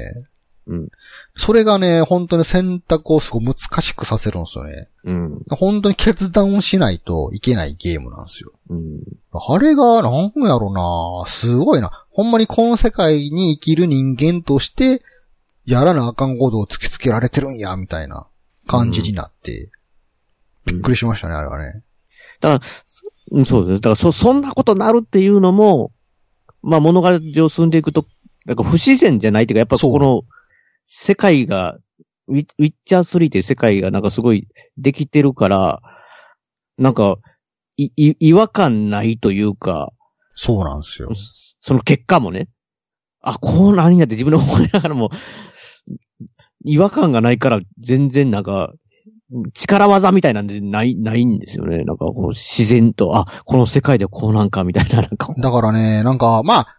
B: うん
A: それがね、本当に選択をすごい難しくさせるんですよね。
B: うん。
A: 本当に決断をしないといけないゲームなんですよ。
B: うん。
A: あれが、なんやろなすごいな。ほんまにこの世界に生きる人間として、やらなあかんことを突きつけられてるんや、みたいな感じになって、びっくりしましたね、あれはね。
B: うん、そうです。だから、そ、そんなことなるっていうのも、まあ物が上進んでいくと、なんか不自然じゃないっていうか、やっぱ
A: そう
B: この世界が、ウィウィッチャー3っていう世界がなんかすごいできてるから、なんか、い、い、違和感ないというか、
A: そうなんですよ。
B: その結果もね、あ、こう何やって自分で思いながらも、違和感がないから全然なんか、力技みたいなんでない、ないんですよね。なんかこう自然と、あ、この世界ではこうなんかみたいな、なんか。
A: だからね、なんか、まあ、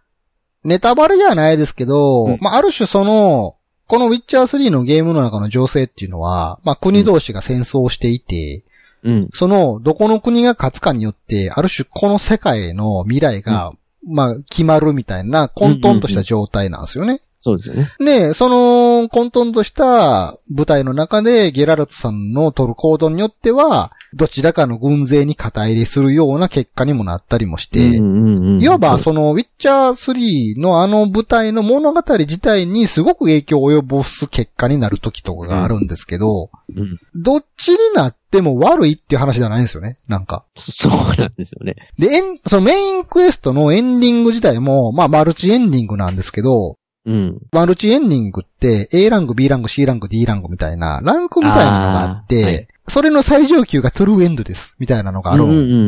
A: ネタバレではないですけど、
B: うん
A: まあ、ある種その、このウィッチャー3のゲームの中の情勢っていうのは、まあ、国同士が戦争をしていて、
B: うん。
A: その、どこの国が勝つかによって、ある種この世界の未来が、まあ、決まるみたいな、混沌とした状態なんですよね。
B: そうですよね。
A: で、その、混沌とした舞台の中で、ゲラルトさんの取る行動によっては、どちらかの軍勢に肩入れするような結果にもなったりもして、
B: うんうんうん
A: いわば、
B: そう
A: その、ウィッチャー3のあの舞台の物語自体にすごく影響を及ぼす結果になる時とかがあるんですけど、
B: うん
A: どっちになっても悪いっていう話じゃないんですよね、なんか。
B: そうなんですよね。
A: で、エン、そのメインクエストのエンディング自体も、まあ、マルチエンディングなんですけど、
B: うん。
A: マルチエンディングって、A ランク、B ランク、C ランク、D ランクみたいな、ランクみたいなのがあっ
B: あー
A: て、
B: はい
A: それの最上級がトゥルーエンドです、みたいなのがある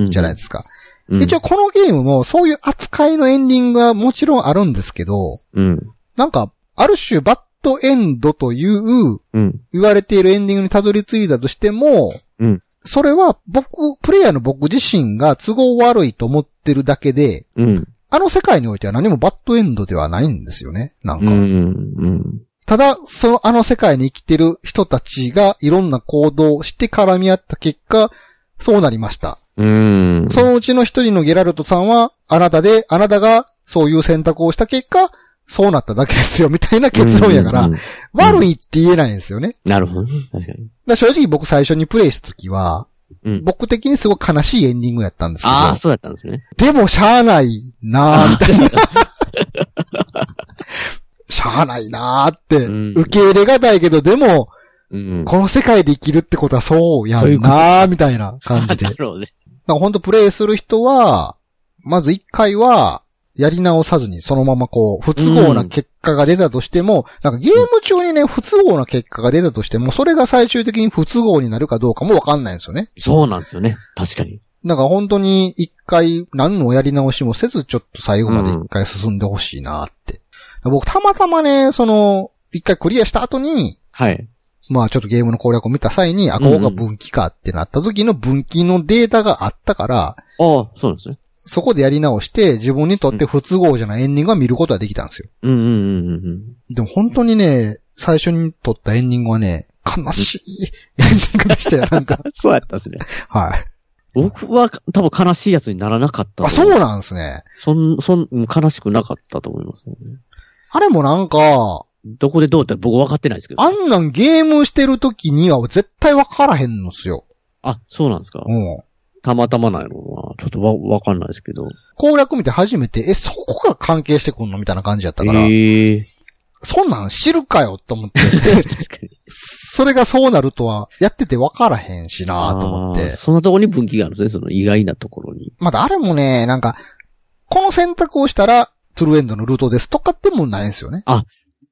A: んじゃないですか。
B: うん。
A: 一応このゲームもそういう扱いのエンディングはもちろんあるんですけど、
B: うん。
A: なんか、ある種バッドエンドという
B: うん。
A: 言われているエンディングにたどり着いたとしても、
B: うん
A: それは僕、プレイヤーの僕自身が都合悪いと思ってるだけで、
B: うん。
A: あの世界においては何もバッドエンドではないんですよね。なん
B: うん。う
A: か。
B: ん。うん。
A: ただ、そのあの世界に生きてる人たちがいろんな行動をして絡み合った結果、そうなりました。
B: うん。
A: そのうちの一人のゲラルトさんは、あなたで、あなたがそういう選択をした結果、そうなっただけですよ、みたいな結論やか
B: う
A: ら
B: んうん、
A: 悪いって言えないんですよね。
B: なるほどね。確かに。
A: だから正直僕最初にプレイした時は、
B: うん
A: 僕的にすごい悲しいエンディングやったんですけ
B: ああ、
A: ど、
B: そうだったんですね。
A: でもしゃあないなーみたいな。 しゃあないなーって、
B: うん
A: 受け入れがたいけど、でも、
B: うん。
A: この世界で生きるってことはそうや
B: そうい
A: ん
B: うこと
A: なーみたいな感じで
B: な。るほどね。
A: なんかほんとプレイする人は、まず一回は、やり直さずに、そのままこう、不都合な結果が出たとしても、なんかゲーム中にね、不都合な結果が出たとしても、それが最終的に不都合になるかどうかもわかんないんですよね。
B: そうなんですよね。確かに。
A: なんか本当に一回何のやり直しもせず、ちょっと最後まで一回進んでほしいなって。僕たまたまね、その、一回クリアした後に、
B: はい。
A: まあちょっとゲームの攻略を見た際に、あ、ここが分岐かってなった時の分岐のデータがあったから、
B: ああ、そうなんですね。
A: そこでやり直して、自分にとって不都合じゃないエンディングは見ることができたんですよ。
B: うんうんうんうん
A: でも本当にね、最初に撮ったエンディングはね、悲しいエンディングで したよ、なんか。
B: うん。そうやったですね。
A: はい。
B: 僕は多分悲しいやつにならなかった。
A: あ、そうなんですね。
B: そん、そん、悲しくなかったと思いますね。
A: あれもなんか、
B: どこでどうって僕分かってないですけど。
A: あんなんゲームしてる時には絶対わからへんのっすよ。
B: あ、そうなんですか。
A: うん。
B: たまたまなんやろうな。ちょっとわ、わかんないですけど。
A: 攻略見て初めて、え、そこが関係してくんのみたいな感じやったから、
B: ええ
A: そんなん知るかよと 思って、
B: 確かに。
A: それがそうなるとは、やってて分からへんしなと思っ
B: あ
A: て。
B: ーそんなところに分岐があるんですね、その意外なところに。
A: まだあれもね、なんか、この選択をしたら、トゥルーエンドのルートですとかってもないんですよね。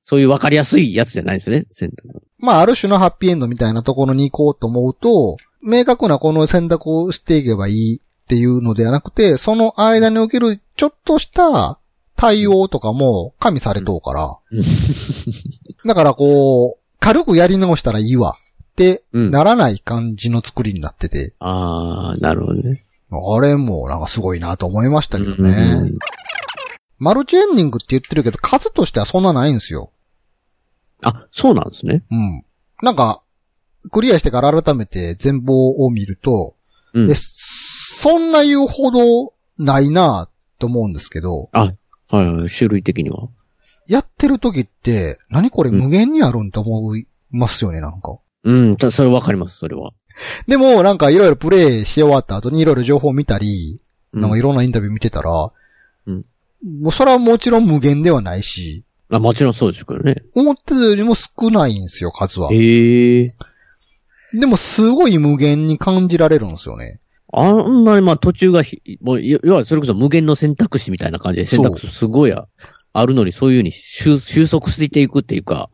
B: そういう分かりやすいやつじゃないですよね、選択。
A: まあ、ある種のハッピーエンドみたいなところに行こうと思うと、明確なこの選択をしていけばいいっていうのではなくて、その間におけるちょっとした対応とかも加味されとうから
B: うん。
A: だからこう、軽くやり直したらいいわって
B: うん
A: ならない感じの作りになってて、
B: ああ、なるほどね。
A: あれもなんかすごいなと思いましたけどね。
B: うん
A: マルチエンディングって言ってるけど、数としてはそんなないんですよ。
B: あ、そうなんですね。
A: うん。なんか、クリアしてから改めて全貌を見ると、
B: うん
A: でそんな言うほどないなと思うんですけど、
B: はいはい、種類的には。
A: やってる時って、何これ
B: うん
A: 無限にあるんと思いますよね、なんか。
B: うん、たそれわかります、それは。
A: でも、なんかいろいろプレイし終わった後にいろいろ情報見たり、
B: うん
A: なんかいろんなインタビュー見てたら、
B: うん
A: もうそれはもちろん無限ではないし、
B: あ、もちろんそうですけどね。
A: 思ってたよりも少ないんですよ、数は。
B: へえ。
A: でも、すごい無限に感じられるんですよね。
B: あんまりまあ途中がひ、もう、い要はそれこそ無限の選択肢みたいな感じで、
A: そう
B: 選択肢すごいああるのに、そういうふうに収収束していくっていうか、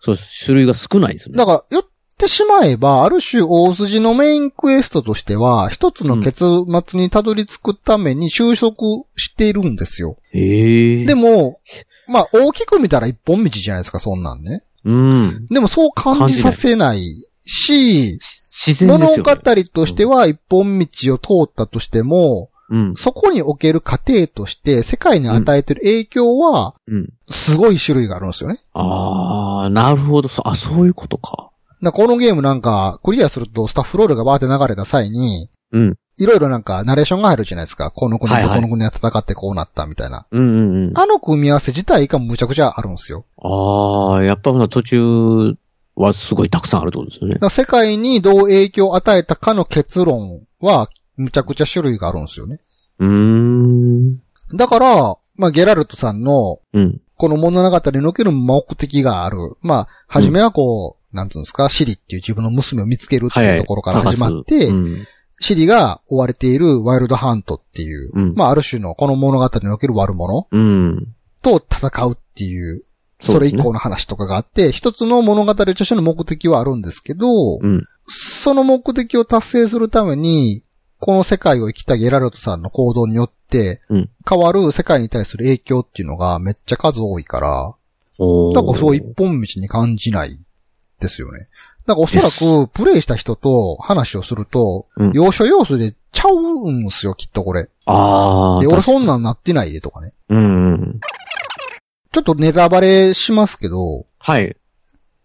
B: そう、種類が少ないですね。
A: だから、言ってしまえば、ある種大筋のメインクエストとしては、一つの結末にたどり着くために収束しているんですよ。
B: へえ。
A: でも、まあ、大きく見たら一本道じゃないですか、そんなんね。
B: うん。
A: でも、そう感じさせないし、
B: し自然です
A: 物
B: よ、ね。
A: 語としては一本道を通ったとしても、
B: うん。
A: そこにおける過程として世界に与えてる影響は、
B: うん。
A: すごい種類があるんですよね。
B: ああ、なるほど。そあ、そういうことか。
A: だからこのゲームなんか、クリアするとスタッフロールがバーって流れた際に、
B: うん。
A: いろいろなんかナレーションが入るじゃないですか。この国
B: はい
A: と
B: はい
A: この国が戦ってこうなったみたいな。
B: うんうんうん。
A: あの組み合わせ自体がむちゃくちゃあるんですよ。
B: ああ、やっぱほな途中はすごいたくさんあるってことですよね
A: だか。ら世界にどう影響を与えたかの結論は、むちゃくちゃ種類があるんですよね。
B: うーん。
A: だから、まあゲラルトさんの、
B: うん。
A: この物語における目的がある。まあ、はじめはこう、なんつうんですか、シリっていう自分の娘を見つけるって
B: はい
A: い
B: は
A: う
B: い。
A: ところから始まって、
B: 探すうん。
A: シリが追われているワイルドハントっていう、
B: うん
A: まあある種のこの物語における悪者
B: うん。
A: と戦うっていう、
B: そ
A: そうれ
B: ですね
A: 以降の話とかがあって、一つの物語としての目的はあるんですけど、
B: うん。
A: その目的を達成するために、この世界を生きたゲラルトさんの行動によって
B: うん、
A: 変わる世界に対する影響っていうのがめっちゃ数多いから、
B: おー
A: だからそう一本道に感じないですよね。だからおそらく、プレイした人と話をすると
B: うん、
A: 要所要所でちゃうんすよ、きっとこれ。
B: ああ。
A: で、俺
B: 確か
A: そんなんなってないでとかね。
B: うんうん。
A: ちょっとネタバレしますけど、
B: はい。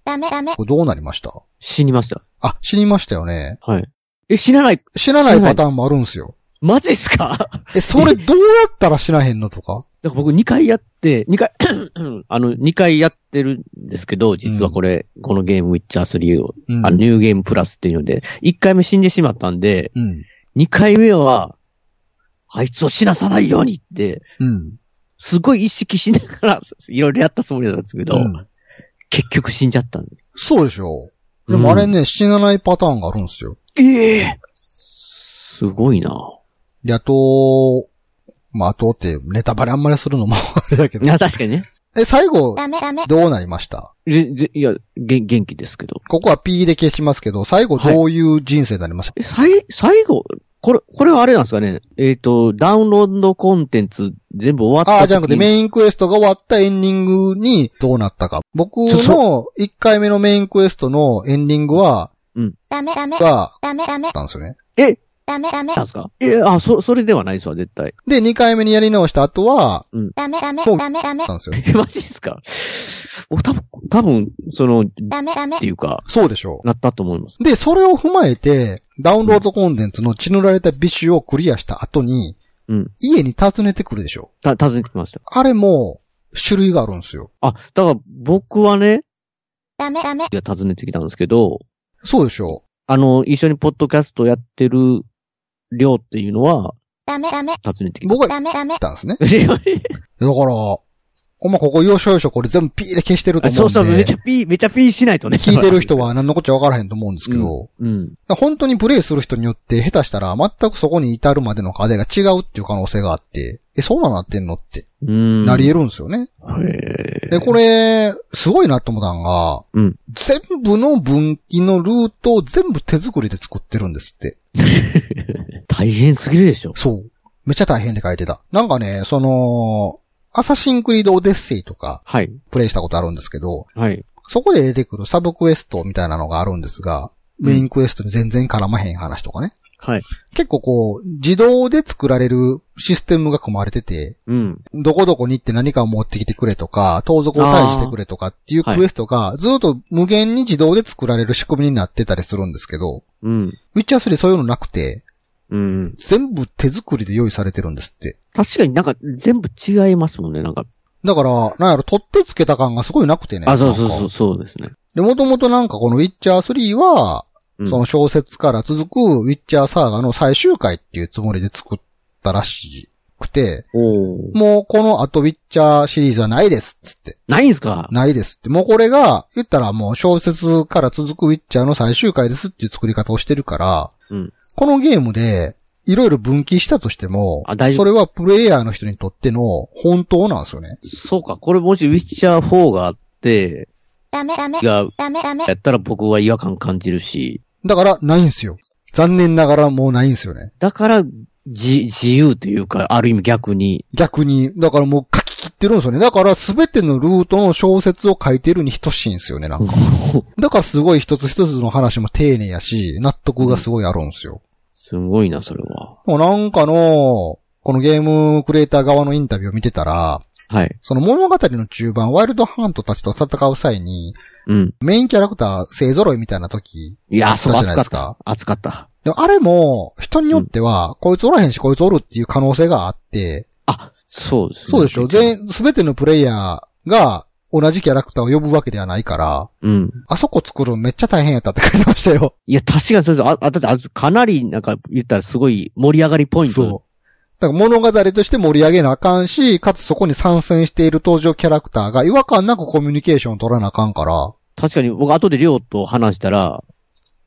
C: ダメダメ
A: これどうなりました
B: 死にました。
A: あ、死にましたよね。
B: はい。え、死なない。
A: 死なないパターンもあるんすよ。
B: マジっすか だか
A: え、それどうやったら死なへんのとから
B: 僕2回やって、2回、 あの、2回やってるんですけど、実はこれ、このゲーム、ウィッチャー3を、
A: うん
B: あの、ニューゲームプラスっていうので、1回目死んでしまったんで、
A: うん。
B: 2回目は、あいつを死なさないようにって、
A: うん。
B: すごい意識しながら、いろいろやったつもりだったんですけど、
A: うん
B: 結局死んじゃったんで
A: そうでしょう。でもあれね、死なないパターンがあるんすよ。
B: ええすごいな
A: で、あと、まあ、あとって、ネタバレあんまりするのもあれだけ
B: い
A: ど。
B: や、確かにね。
A: え、最後、
C: ダメダメ
A: どうなりました
B: ぜぜいや、げ元気ですけど。
A: ここは P で消しますけど、最後どういう人生になりました、
B: え、最、最後、これ、これはあれなんですかね。えっ、と、ダウンロードコンテンツ全部終わった
A: あ
B: 時
A: あ、じゃなくてメインクエストが終わったエンディングにどうなったか。僕
B: そう
A: の1回目のメインクエストのエンディングは、
C: ダメダメ
A: が、
C: ダメダメ
A: なんですよね。
B: え、
C: ダメダメ
B: なんですかえ、あ、そ、それではないですわ、絶対。
A: で、2回目にやり直した後は、
C: ダメダメ
A: もう
C: ダメダメ
A: なんですよ。
B: え、マジですかお、多分多分その、っ
C: ダメダメ
B: ていうか、
A: そうでしょ
B: なったと思います。
A: う。で、それを踏まえて、ダウンロードコンテンツの血塗られた美酒をクリアした後に、
B: うん
A: 家に訪ねてくるでしょ。
B: た、尋ねてきました。
A: あれも、種類があるんですよ。
B: あ、だから僕はね、
C: ダメダメ
B: いや、尋ねてきたんですけど、
A: そうでしょ
B: あの、一緒にポッドキャストやってる量っていうのは、
C: ダメダメ
B: 尋ねて
A: う。
B: きた。
A: 僕が行
C: ダメダメ
A: ったんですね。
B: いやいや
A: だから、お前ここ要所要所これ全部ピーで消してると
B: あ
A: 思
B: そうう
A: で。
B: んそう、めちゃピー、めちゃピーし ないとね。
A: 聞いてる人は何のこっちゃわからへんと思うんですけど、だか
B: うん。
A: ら本当にプレイする人によって下手したら全くそこに至るまでの過程が違うっていう可能性があって、え、そうなのなってんのって
B: うん。
A: なり得るんですよね。
B: へ
A: で、
B: ー
A: これ、すごいなと思ったのが、
B: うん
A: 全部の分岐のルートを全部手作りで作ってるんですって。
B: 大変すぎるでしょ。
A: そう。めっちゃ大変で書いてた。なんかね、その、アサシンクリードオデッセイとか
B: はい。
A: プレイしたことあるんですけど、
B: はい。
A: そこで出てくるサブクエストみたいなのがあるんですが、メインクエストに全然絡まへん話とかね。
B: はい。
A: 結構こう、自動で作られるシステムが組まれてて、
B: うん。
A: どこどこに行って何かを持ってきてくれとか、盗賊を退治してくれとかっていう
B: あー
A: クエストが、ずっと無限に自動で作られる仕組みになってたりするんですけど、
B: うん。
A: ウィッチャー3そういうのなくて、
B: うん。
A: 全部手作りで用意されてるんですって。
B: 確かになんか全部違いますもんね、なんか。
A: だから、なんやろ、取ってつけた感がすごいなくてね。
B: あ、そうそ
A: な
B: う
A: ん
B: そ
A: か
B: う、そうですね。
A: で、もともとなんかこのウィッチャー3は、
B: うん
A: その小説から続くウィッチャーサーガの最終回っていうつもりで作ったらしくて、
B: おー
A: もうこの後ウィッチャーシリーズはないですっつって。
B: ないんすか
A: ないですって。もうこれが、言ったらもう小説から続くウィッチャーの最終回ですっていう作り方をしてるから、
B: うん
A: このゲームで、いろいろ分岐したとしても
B: あ、大丈
A: そ
B: 夫
A: れはプレイヤーの人にとっての本当なんですよね。
B: そうか、これもしウィッチャー4があって、
C: ダメダメ
B: が、
C: ダメダメ
B: やったら僕は違和感感じるし、
A: だから、ないんですよ。残念ながらもうないんですよね。
B: だから、じ、自由というか、ある意味逆に、
A: 逆に、だからもう書き切ってるんですよね。だから全てのルートの小説を書いてるに等しいんですよね、なんか。だからすごい一つ一つの話も丁寧やし、納得がすごいあるんですよ。
B: すごいな、それは。
A: でもなんかの、このゲームクリエイター側のインタビューを見てたら、
B: はい。
A: その物語の中盤、ワイルドハントたちと戦う際に、
B: うん。
A: メインキャラクター勢揃いみたいな時、
B: いや、そう、
A: あったじゃな
B: 熱
A: い
B: か
A: で
B: っ
A: すか
B: た。熱かった。
A: でもあれも、人によっては、こいつおらへんし、こいつおるっていう可能性があって、
B: あ、そうですね。
A: そうでしょ。全、すべてのプレイヤーが同じキャラクターを呼ぶわけではないから、
B: うん。
A: あそこ作るのめっちゃ大変やったって書いてましたよ。
B: いや、確かにそうです。あ、あだって、あかなり、なんか、言ったらすごい盛り上がりポイント。
A: そう。だから物語として盛り上げなあかんし、かつそこに参戦している登場キャラクターが違和感なくコミュニケーションを取らなあかんから、
B: 確かに、僕、後でりょうと話したら、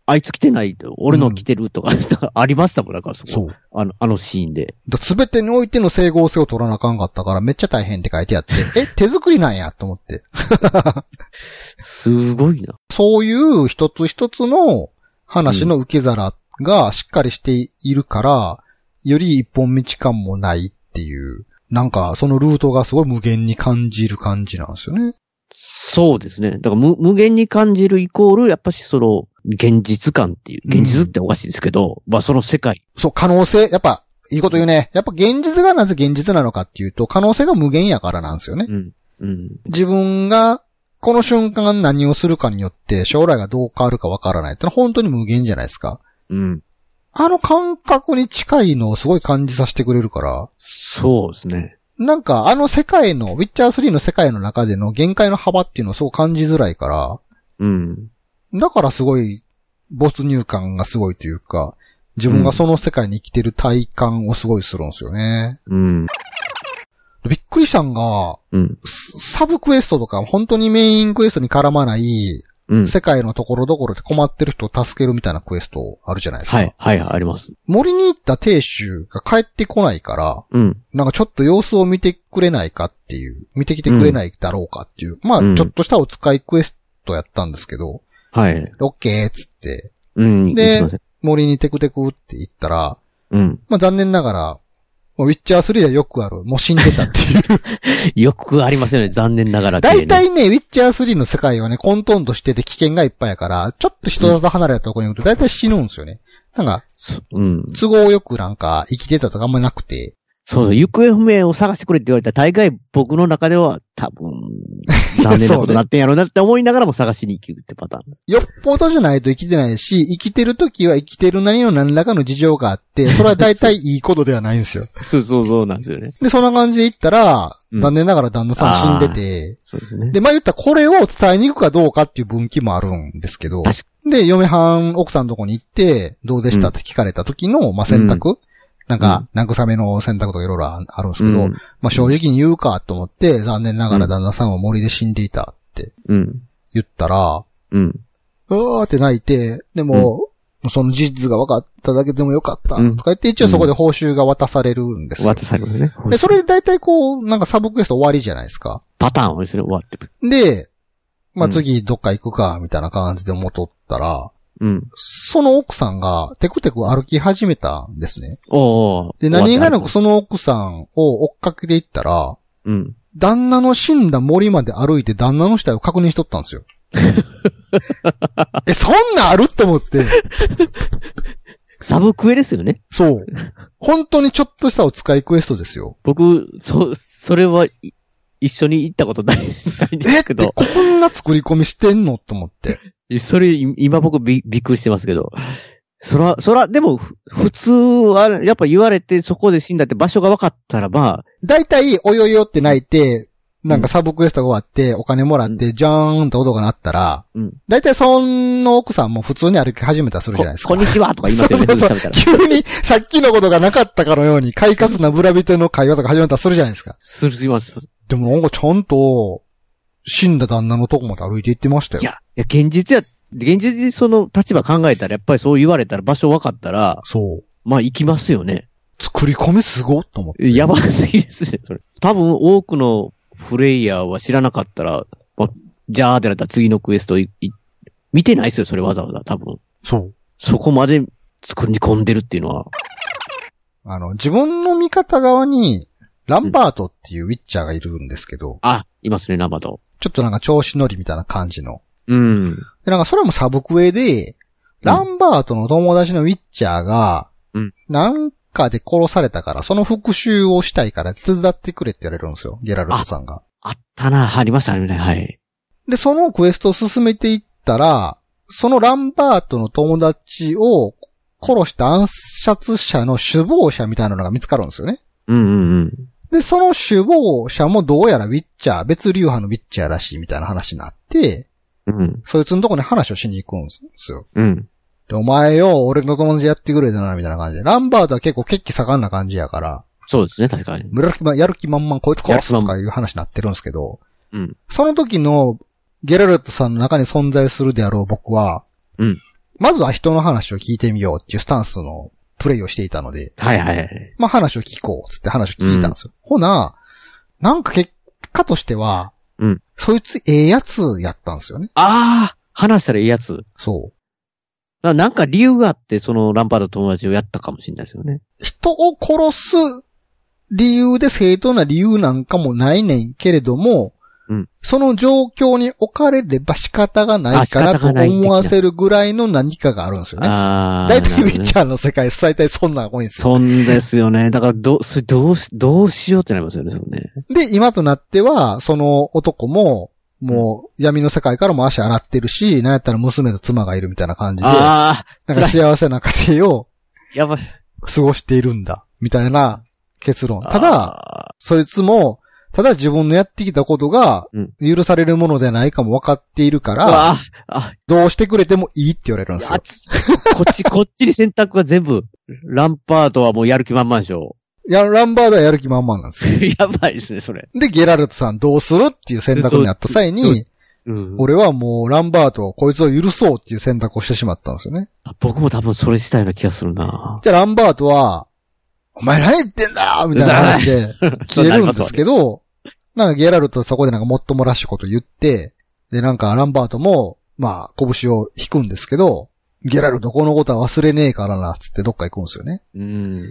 B: あいつ来てないと、俺の来てるとか、 ありましたもん、なんか、そこ。
A: そう。
B: あの、あのシーンで。
A: だすべてにおいての整合性を取らなあかんかったからめっちゃ大変って書いてあって、え、手作りなんやと思って。
B: すごいな。
A: そういう一つ一つの話の受け皿がしっかりしているから、より一本道感もないっていう、なんかそのルートがすごい無限に感じる感じなんですよね。
B: そうですね。だから無、無限に感じるイコール、やっぱしその、現実感っていう、現実っておかしいですけど、まあその世界。
A: そう、可能性、やっぱ、いいこと言うね。やっぱ現実がなぜ現実なのかっていうと、可能性が無限やからなんですよね。
B: うん。うん。
A: 自分が、この瞬間何をするかによって将来がどう変わるかわからないってのは本当に無限じゃないですか。
B: うん。
A: あの感覚に近いのをすごい感じさせてくれるから、
B: そうですね。
A: なんか、あの世界の、ウィッチャー3の世界の中での限界の幅っていうのをそう感じづらいから、
B: うん。
A: だからすごい、没入感がすごいというか、自分がその世界に生きてる体感をすごいするんですよね。
B: うん。
A: びっくりしたんが、
B: うん。
A: スサブクエストとか、本当にメインクエストに絡まない、
B: うん。
A: 世界のところどころで困ってる人を助けるみたいなクエストあるじゃないですか。
B: はい、はい、あります。
A: 森に行った亭主が帰ってこないから、
B: うん。
A: なんかちょっと様子を見てくれないかっていう、見てきてくれないだろうかっていう、ま
B: う
A: あ、
B: ん
A: ちょっとしたお使いクエストやったんですけど、
B: はい。
A: オッケーっつって、
B: うん。
A: です
B: いません。
A: 森にテクテクって言ったら、
B: うん。
A: まあ残念ながら、もうウィッチャー3ではよくある、もう死んでたっていう。
B: よくありますよね、残念ながら。
A: 大体ね、ウィッチャー3の世界はね、混沌としてて危険がいっぱいやから、ちょっと人里離れたところに行くと大体死ぬんですよね。なんか、
B: そうん。
A: 都合よくなんか生きてたとかあんまなくて、
B: そうそう、行方不明を探してくれって言われたら、大概僕の中では、多 分、残念なことになってんやろうなって思いながらも探しに行くってパターンです。
A: よっぽどじゃないと生きてないし、生きてる時は生きてるなりの何らかの事情があって、それは大体いいことではないん ですよ。
B: そうそうそうなんですよね。
A: で、そんな感じで言ったら、
B: うん
A: 残念ながら旦那さん死んでて、
B: そうですね。
A: で、まあ言ったらこれを伝えに行くかどうかっていう分岐もあるんですけど
B: 確、
A: で、嫁はん、奥さんのとこに行って、どうでしたって聞かれた時の、まあ選択なんか、慰めの選択とかいろいろああるんですけど、
B: うん。
A: まあ正直に言うかと思って、残念ながら旦那さんは森で死んでいたって
B: うん。
A: 言ったら、
B: うん。
A: うわーって泣いて、でも、その事実が分かっただけでもよかった、
B: うん
A: とか言って、一応そこで報酬が渡されるんですよ。
B: 渡されますね。
A: で、それで大体こう、なんかサブクエスト終わりじゃないですか。
B: パターン多いですね、終わってくる。
A: で、まあ
B: うん
A: 次どっか行くか、みたいな感じで戻ったら、
B: うん。
A: その奥さんがテクテク歩き始めたんですね。
B: おーおー。
A: で、何がなく
B: 終わって
A: その奥さんを追っかけていったら、
B: あるうん。
A: 旦那の死んだ森まで歩いて旦那の死体を確認しとったん ですよ。え、そんなんあるって思って、
B: サブクエですよね。
A: そう。本当にちょっとしたお使いクエストですよ。
B: 僕、そ、それはい一緒に行ったことないないんで
A: えっ
B: す
A: て
B: け
A: こ
B: ど、
A: んな作り込みしてんのと思って。
B: それい今僕びびっくりしてますけど、そら、そら、でもふ普通は、やっぱ言われてそこで死んだって場所が分かったらば、
A: 大体、およよって泣いて、なんかサブクエストが終わって、お金もらって、じゃーんって音が鳴ったら、
B: うん
A: 大体その奥さんも普通に歩き始めたりするじ
B: こ
A: ゃないですか。
B: こんにちはとか言いますよ ね、
A: そうそう
B: 喋っ
A: そ
B: た
A: う
B: ら。
A: 急にさっきのことがなかったかのように、快活なブラビテの会話とか始まったりするじゃないですか。
B: するすぎます。
A: でもなんかちゃんと、死んだ旦那のとこまで歩いて行ってましたよ。
B: いや、いや現実や、現実にその立場考えたら、やっぱりそう言われたら場所分かったら、
A: そう。
B: まあ行きますよね。
A: 作り込みすごっと思って。
B: やばすぎですね、それ。多分多くのプレイヤーは知らなかったら、まあ、じゃあってなったら次のクエストいい見てないですよ、それわざわざ、多分。
A: そう。
B: そこまで作り込んでるっていうのは。
A: あの、自分の味方側に、ランバートっていうウィッチャーがいるんですけど、
B: あ、いますね、ナバド。
A: ちょっとなんか調子乗りみたいな感じの。
B: うん。
A: で、なんかそれもサブクエで、ランバートの友達のウィッチャーが
B: うん、
A: なんかで殺されたから、その復讐をしたいから手伝ってくれって言われるんですよ。ゲラルトさんが。
B: あったな、ありましたね、はい。
A: で、そのクエストを進めていったら、そのランバートの友達を殺した暗殺者の首謀者みたいなのが見つかるんですよね。
B: うんうんうん。
A: で、その首謀者もどうやらウィッチャー、別流派のウィッチャーらしいみたいな話になって、
B: うん。
A: そいつのとこに話をしに行くんですよ。
B: うん。
A: で、お前よ、俺の友達やってくれたな、みたいな感じで。ランバートは結構血気盛んな感じやから、
B: そうですね、確かに。
A: やる気ま、やる気満々こいつ
B: や
A: 殺
B: る
A: す
B: 気満
A: と
B: 々
A: かいう話になってるんですけど、
B: うん。
A: その時のゲラルトさんの中に存在するであろう僕は、
B: うん
A: まずは人の話を聞いてみようっていうスタンスのプレイをしていたので、
B: はいはいはい。
A: まあ話を聞こう、つって話を聞いたんですよ。ほな、なんか結果としては、
B: うん
A: そいつええやつやったんですよね。
B: ああ話したらいいやつ。
A: そう。
B: ななんか理由があって、そのランパード友達をやったかもしれないですよね。
A: 人を殺す理由で正当な理由なんかもないねんけれども、
B: うん
A: その状況に置かれれば仕方がないか
B: あ
A: ら
B: 仕
A: と
B: 方がない的な
A: 思わせるぐらいの何かがあるんですよね。
B: ああ。
A: 大体ウ
B: なる
A: ィ
B: ほ
A: ッ
B: どね
A: チャーの世界、最大そんなのが多いんですよ。
B: そんですよね。だから、ど、それどうし、どうしようってなりますよね、そのね。
A: で、今となっては、その男も、もう闇の世界からも足洗ってるし、なんやったら娘と妻がいるみたいな感じで、な
B: ああ、
A: んか幸せな家庭を
B: やばい。
A: 過ごしているんだ、みたいな結論。ただ、
B: だ、
A: そいつも、ただ自分のやってきたことが
B: うん、
A: 許されるものではないかも分かっているか
B: あ
A: ら、
B: あ、あ、
A: どうしてくれてもいいって言われるんです
B: あ
A: よ。
B: つこっち、こっちに選択が全部、ランパートはもうやる気満々でしょ。
A: いや、ランバードはやる気満々なんですよ。
B: やばいですね、それ。
A: で、ゲラルトさんどうするっていう選択になった際
B: どう
A: に、
B: うん
A: 俺はもうランバードをこいつを許そうっていう選択をしてしまったんですよね。
B: 僕も多分それしたような気がするな
A: じゃあランバードは、お前何言ってんだよみたいな話で消えるんですけど、なんかゲラルトはそこでなんかもっともらしいこと言って、で、なんかランバートも、まあ、拳を引くんですけど、ゲラルトこのことは忘れねえからな、つってどっか行くんですよね。
B: うん。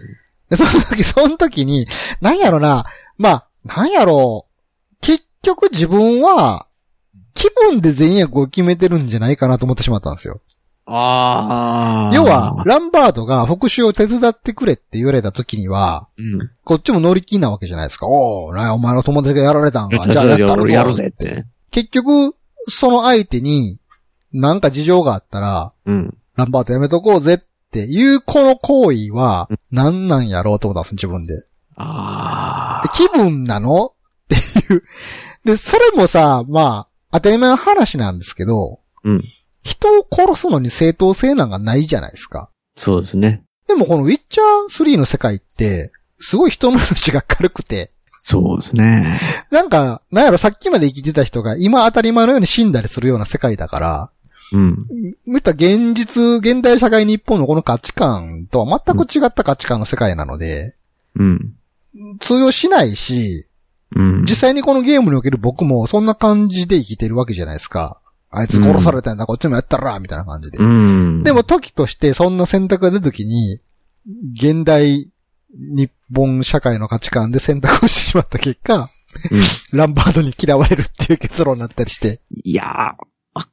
A: で、その時、その時に、なんやろな、まあ、なんやろう、結局自分は、気分で善悪を決めてるんじゃないかなと思ってしまったんですよ。
B: ああ。
A: 要は、、ランバートが復讐を手伝ってくれって言われた時には、
B: うん。
A: こっちも乗り気なわけじゃないですか。おお、なんやお前の友達がやられたんか。じゃあやったろ
B: 俺やるぜっ。て。
A: 結局、その相手に、なんか事情があったら、
B: うん。
A: ランバートやめとこうぜっていうこの行為は、何なんやろうと思ったんです、自分で。
B: ああ
A: で。気分なのっていう。で、それもさ、まあ、当たり前の話なんですけど、
B: うん。
A: 人を殺すのに正当性なんかないじゃないですか。
B: そうですね。
A: でもこのウィッチャー3の世界って、すごい人の命が軽くて、
B: そうですね。
A: なんか、なんやろ、さっきまで生きてた人が今当たり前のように死んだりするような世界だから、
B: うん。
A: 見た現実、現代社会日本のこの価値観とは全く違った価値観の世界なので、
B: うん。
A: 通用しないし、
B: うん。
A: 実際にこのゲームにおける僕もそんな感じで生きてるわけじゃないですか。あいつ殺されたんだ、こっちもやったら、みたいな感じで
B: う。ん。
A: でも時としてそんな選択が出た時に、現代日本社会の価値観で選択をしてしまった結果、ランバードに嫌われるっていう結論になったりして。
B: いやー、あ、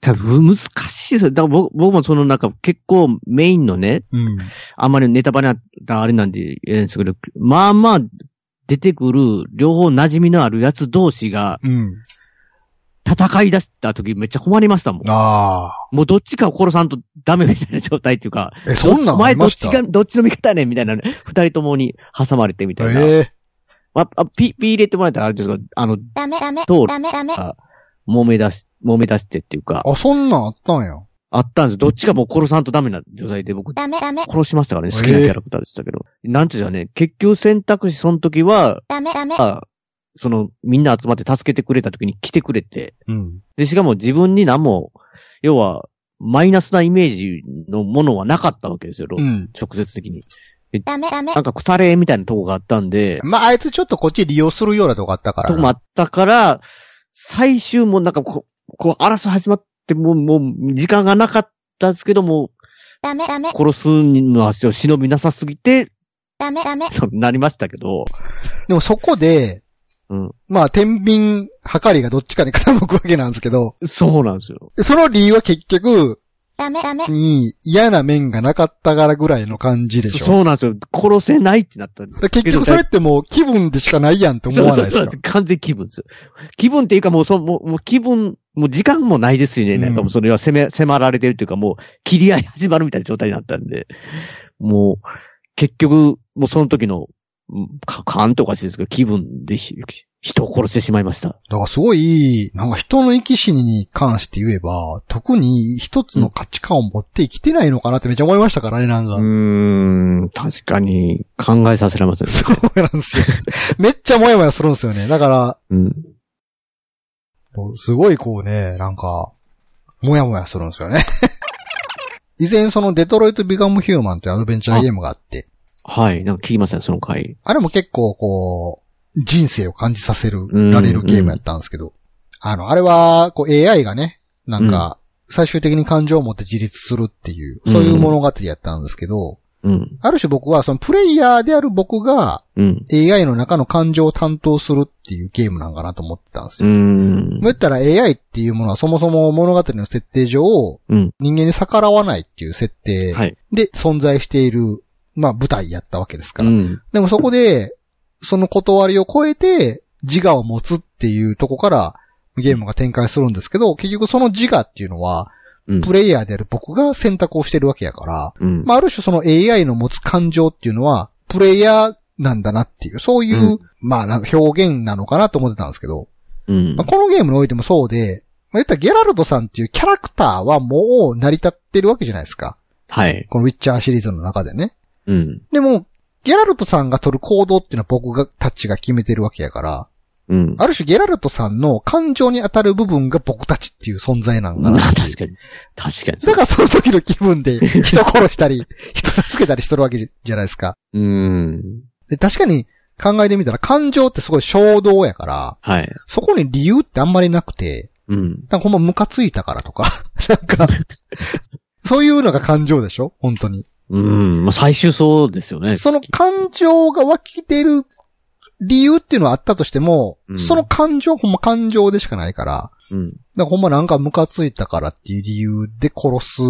B: 多分難しいですよ。だから僕僕もそのなんか結構メインのね、
A: うん。
B: あんまりネタバレな、あれなんで言えないんですけど、まあまあ出てくる両方馴染みのあるやつ同士が
A: うん。
B: 戦い出した時めっちゃ困りましたもん。
A: ああ。
B: もうどっちかを殺さんとダメみたいな状態っていうか、
A: え、そんなん
B: お
A: あ
B: 前
A: り
B: ど
A: ま
B: っ
A: し
B: ち
A: た
B: が、どっちの味方やねんみたいなね、二人ともに挟まれてみたいな。
A: ええ
B: ああピ、ピ入れてもらったらあれですが、あの、
C: ダメダメ
B: 通る
C: ダメダメ
B: あ揉め出し、揉め出してっていうか、
A: あ、そんなんあったんや。
B: あったんですよ。どっちかもう殺さんとダメな状態で僕、
C: ダメダメ
B: 殺しましたからね、好きなキャラクターでしたけど。なんていうんですかね、結局選択肢その時は、
C: ダメダメ
B: あその、みんな集まって助けてくれた時に来てくれて、
A: うん。
B: で、しかも自分に何も、要は、マイナスなイメージのものはなかったわけですよ、
A: うん。
B: 直接的に。
C: ダメダメ
B: なんか腐れみたいなとこがあったんで、
A: まあ、あいつちょっとこっち利用するようなとこあったから
B: と
A: な。
B: こもあったから、最終もなんかこう、こう争い始まって、もう、もう、時間がなかったんですけども、
C: ダメダメ
B: 殺すの足を忍びなさすぎて、
C: ダメダメ
B: となりましたけど、
A: でもそこで、
B: うん。
A: まあ、天秤、はかりがどっちかに傾くわけなんですけど、
B: そうなんですよ。
A: その理由は結局、
C: ダメダメ
A: に嫌な面がなかったからぐらいの感じでしょ。
B: そうなんですよ。殺せないってなったんです
A: で結局それってもう気分でしかないやんって思
B: そう
A: わ
B: そ
A: ない
B: う
A: です
B: そう
A: か。。
B: 完全気分ですよ。気分っていうかもう、そのもう、もう気分、もう時間もないですしね。
A: うん
B: なんかもうそれは迫め、迫られてるというかもう、切り合い始まるみたいな状態になったんで、もう、結局、もうその時の、うんか、かんとおかしいですけど、気分でひ人を殺してしまいました。
A: だからすごい、なんか人の生き死にに関して言えば、特に一つの価値観を持って生きてないのかなってめっちゃ思いましたからね、なん
B: う
A: か。
B: ーん、確かに考えさせられますね。
A: そうなんですよ。 めっちゃもやもやするんですよね。だから、
B: うん。
A: すごいこうね、なんか、もやもやするんですよね。 以前そのデトロイト・ビガム・ヒューマンというアドベンチャーゲームがあって、
B: はい。なんか聞きましたね、その回。
A: あれも結構こう、人生を感じさせる、られるゲームやったんですけど、あの、あれは、こう AI がね、なんか、最終的に感情を持って自立するっていう、そういう物語やったんですけど、
B: うん。
A: ある種僕はそのプレイヤーである僕が
B: うん。
A: AI の中の感情を担当するっていうゲームなんかなと思ってたんです
B: う
A: よ。
B: ん
A: もう言ったら AI っていうものはそもそも物語の設定上、
B: うん。
A: 人間に逆らわないっていう設定
B: はい。
A: で存在している、まあ舞台やったわけですから。
B: ん。
A: でもそこで、その断りを超えて自我を持つっていうとこからゲームが展開するんですけど、結局その自我っていうのは、
B: うん
A: プレイヤーである僕が選択をしてるわけやから、
B: うん。
A: まあある種その AI の持つ感情っていうのは、プレイヤーなんだなっていう、そういう、
B: う
A: まあなんか表現なのかなと思ってたんですけど、
B: うん
A: まあ、このゲームにおいてもそうで、まあ、言ったらゲラルドさんっていうキャラクターはもう成り立ってるわけじゃないですか。
B: はい。
A: このウィッチャーシリーズの中でね。
B: うん。
A: でも、ゲラルトさんが取る行動っていうのは僕が、たちが決めてるわけやから、
B: うん。
A: ある種ゲラルトさんの感情に当たる部分が僕たちっていう存在なんだな
B: まあ
A: っていう。
B: 確かに。確かに。
A: だからその時の気分で人殺したり、 人助けたりしとるわけじゃないですか。
B: うん。
A: で、確かに考えてみたら感情ってすごい衝動やから、
B: はい。
A: そこに理由ってあんまりなくて、
B: うん。
A: なんかほんまムカついたからとか、 なんか、そういうのが感情でしょ本当に。
B: うん。まあ、最終そうですよね。
A: その感情が湧き出る理由っていうのはあったとしても、
B: うん
A: その感情、ほんま感情でしかないから、
B: うん。
A: だからほんまなんかムカついたからっていう理由で殺す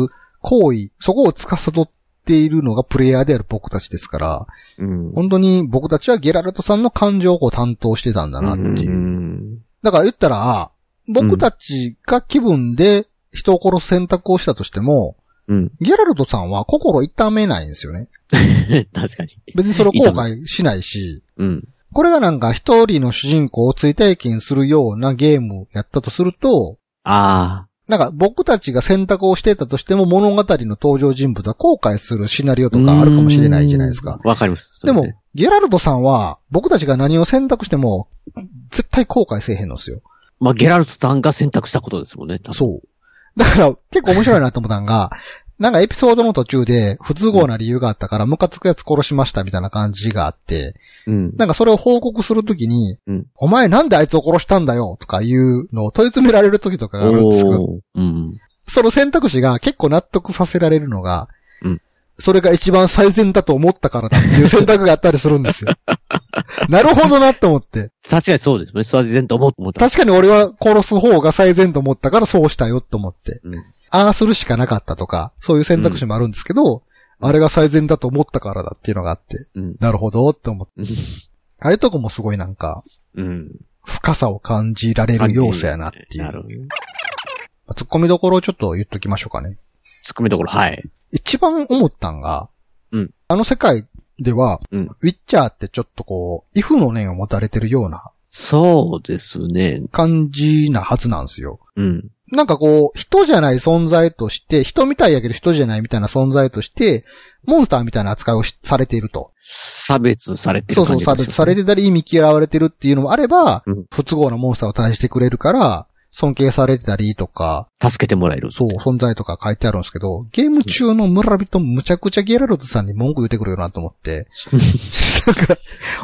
A: 行為、そこを司っているのがプレイヤーである僕たちですから、
B: うん。
A: 本当に僕たちはゲラルトさんの感情をこう担当してたんだなっていう。
B: うん。
A: だから言ったら、僕たちが気分で人を殺す選択をしたとしても、
B: うん。
A: ゲラルトさんは心痛めないんですよね。
B: 確かに。
A: 別にそれを後悔しないし、
B: うん。
A: これがなんか一人の主人公を追体験するようなゲームやったとすると、
B: ああ。
A: なんか僕たちが選択をしてたとしても物語の登場人物は後悔するシナリオとかあるかもしれないじゃないですか。
B: わかります。
A: でも
B: そうすね、
A: ゲラルドさんは僕たちが何を選択しても絶対後悔せえへんのですよ。
B: まあ、ゲラルトさんが選択したことですもんね。多分
A: そう。だから結構面白いなと思ったんが、なんかエピソードの途中で不都合な理由があったからムカつくやつ殺しましたみたいな感じがあって、
B: うん。
A: なんかそれを報告するときに、
B: うん
A: お前なんであいつを殺したんだよとかいうのを問い詰められるときとかがあるんですけど、
B: おーうん。
A: その選択肢が結構納得させられるのが、
B: うん
A: それが一番最善だと思ったからだっていう選択があったりするん ですよ。なるほどなと思って。
B: 確かにそうですね。そう然と思思った。
A: 確かに俺は殺す方が最善と思ったからそうしたよと思って。
B: うん
A: ああするしかなかったとか、そういう選択肢もあるんですけど、あれが最善だと思ったからだっていうのがあって、
B: うん。
A: なるほどって思って。
B: うん
A: ああいうとこもすごいなんか、
B: うん。
A: 深さを感じられる要素やなってい
B: なる
A: う。
B: ほどね
A: ツッコミどころをちょっと言っときましょうかね。
B: ツッコミどころ、はい。
A: 一番思ったんが、
B: うん
A: あの世界では、
B: うん
A: ウィッチャーってちょっとこう、イフの念を持たれてるような
B: そうですね。
A: 感じなはずなんですよ。
B: うん。
A: なんかこう、人じゃない存在として、人みたいやけど人じゃないみたいな存在として、モンスターみたいな扱いをしされていると。
B: 差別されて
A: そ
B: る
A: うそう、
B: 感じ
A: 差
B: がしますね
A: 別されてたり、意味嫌われてるっていうのもあれば、
B: うん
A: 不都合なモンスターを対してくれるから、尊敬されてたりとか、
B: 助けてもらえる。
A: そう、存在とか書いてあるんですけど、ゲーム中の村人むちゃくちゃゲラルトさんに文句言ってくるよなと思って。なんか、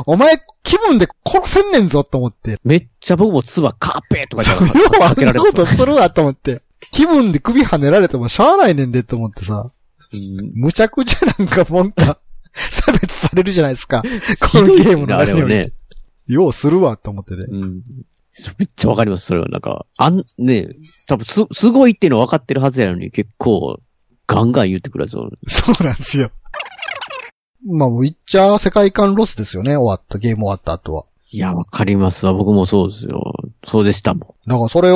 A: お前気分で殺せんねんぞと思って。
B: めっちゃ僕も唾カーペーとかじゃなか
A: よ
B: った
A: うあ
B: かけ
A: ん
B: ら
A: な
B: れ
A: こ
B: ます
A: とするわと思って。気分で首跳ねられてもしゃあないねんでと思ってさ。
B: うん
A: むちゃくちゃなんかもんか、差別されるじゃないですか。このゲームの
B: あれ
A: 中に
B: は
A: おい
B: ね
A: て。。ようするわと思ってね。
B: うん。めっちゃわかります、それは。なんか、あん、ね多分す、すごいっていうのは分かってるはずやのに、結構、ガンガン言ってくるやつを。
A: そうなんですよ。まあもう言っちゃ世界観ロスですよね。終わった、ゲーム終わった後は。
B: いや、わかりますわ。僕もそうですよ。そうでしたも
A: だからそれ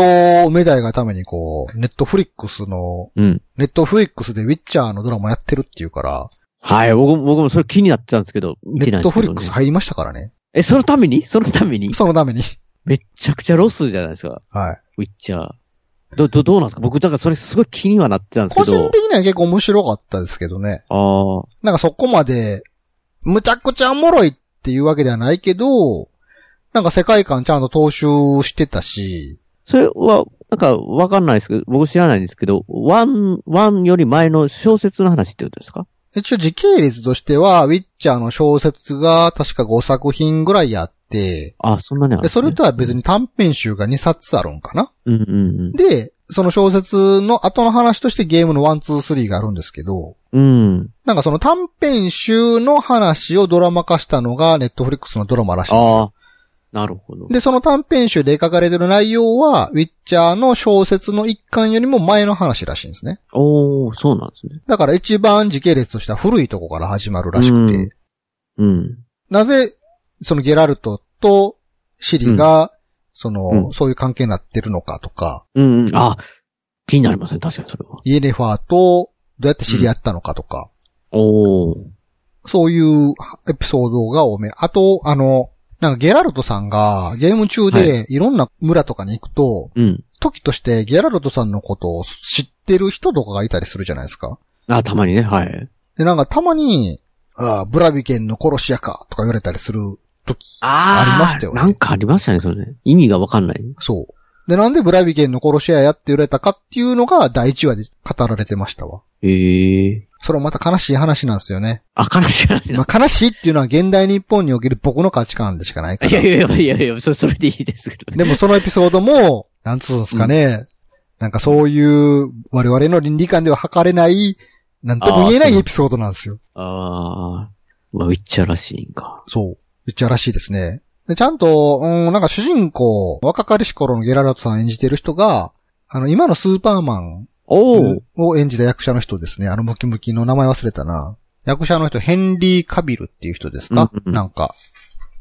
A: をメダイがためにこう、ネットフリックスの、
B: ん。うん。
A: ネットフリックスでウィッチャーのドラマやってるっていうから、
B: はい、僕も、僕もそれ気になってたんですけど、見て
A: ネ
B: ない
A: ット
B: ん
A: フ
B: ですけ
A: リ
B: ど、
A: ックス
B: ね。
A: 入りましたからね。
B: え、そのためにそのために
A: そのために。
B: めっちゃくちゃロスじゃないですか。
A: はい。
B: ウィッチャー。ど、ど、どうなんですか僕、だからそれすごい気にはなってたんです
A: 個
B: けど
A: 人。的には結構面白かったですけどね。
B: ああ。
A: なんかそこまで、むちゃくちゃおもろいっていうわけではないけど、なんか世界観ちゃんと踏襲してたし、
B: それは、なんか、わかんないですけど、僕知らないんですけど、ワン、ワンより前の小説の話ってことですか
A: 一応時系列としては、ウィッチャーの小説が確か5作品ぐらいあって、
B: あ、そんなにあるん
A: で、
B: です
A: そ
B: ね
A: れとは別。に短編集が2冊あるんかな
B: うんうん
A: で、その小説の後の話としてゲームの1、2、3があるんですけど、
B: うん。うん。
A: なんかその短編集の話をドラマ化したのがネットフリックスのドラマらしいんですよ。
B: ああ。なるほど。
A: で、その短編集で描かれてる内容は、ウィッチャーの小説の一巻よりも前の話らしいんですね。
B: おー、そうなんですね。
A: だから一番時系列としては古いとこから始まるらしくて、
B: うんうん。
A: なぜ、そのゲラルトとシリが、その、
B: うん
A: そういう関係になってるのかとか、
B: うんうん。あ、気になりますね。確かにそれは。
A: イエネファーとどうやって知り合ったのかとか、
B: おー。
A: そういうエピソードが多め。あと、あの、なんかゲラルトさんがゲーム中
B: は
A: でいろんな村とかに行くと、
B: うん。
A: 時としてゲラルトさんのことを知ってる人とかがいたりするじゃないですか。
B: あ、たまにね、はい。
A: で、なんかたまに、ああ、ブラビケンの殺し屋かとか言われたりする時。
B: あ
A: ありましたよね
B: なんかありましたね、それね。意味がわかんない。
A: そう。で、なんでブラビケンの殺し屋やって言われたかっていうのが第1話で語られてましたわ。
B: へえ。
A: それもまた悲しい話なんですよね。
B: あ、悲しい話な
A: ま。あ、悲しいっていうのは現代日本における僕の価値観でしかないから。
B: いやいやいやいやいや、それ、それでいいですけどね。
A: でもそのエピソードも、なんつうんですかね、なんかそういう我々の倫理観では測れない、なんとも言えな
B: あー
A: い
B: そう
A: エピソードなんですよ。
B: ああ。まあ、ウィッチャーらしいんか。
A: そう。めっちゃらしいですね。で、ちゃんと、うん、なんか主人公、若かりし頃のゲラルトさん演じてる人が、あの、今のスーパーマン
B: おお、
A: を演じた役者の人ですね。あの、ムキムキの名前忘れたな。役者の人、ヘンリー・カビルっていう人ですか、
B: うんうん
A: なんか、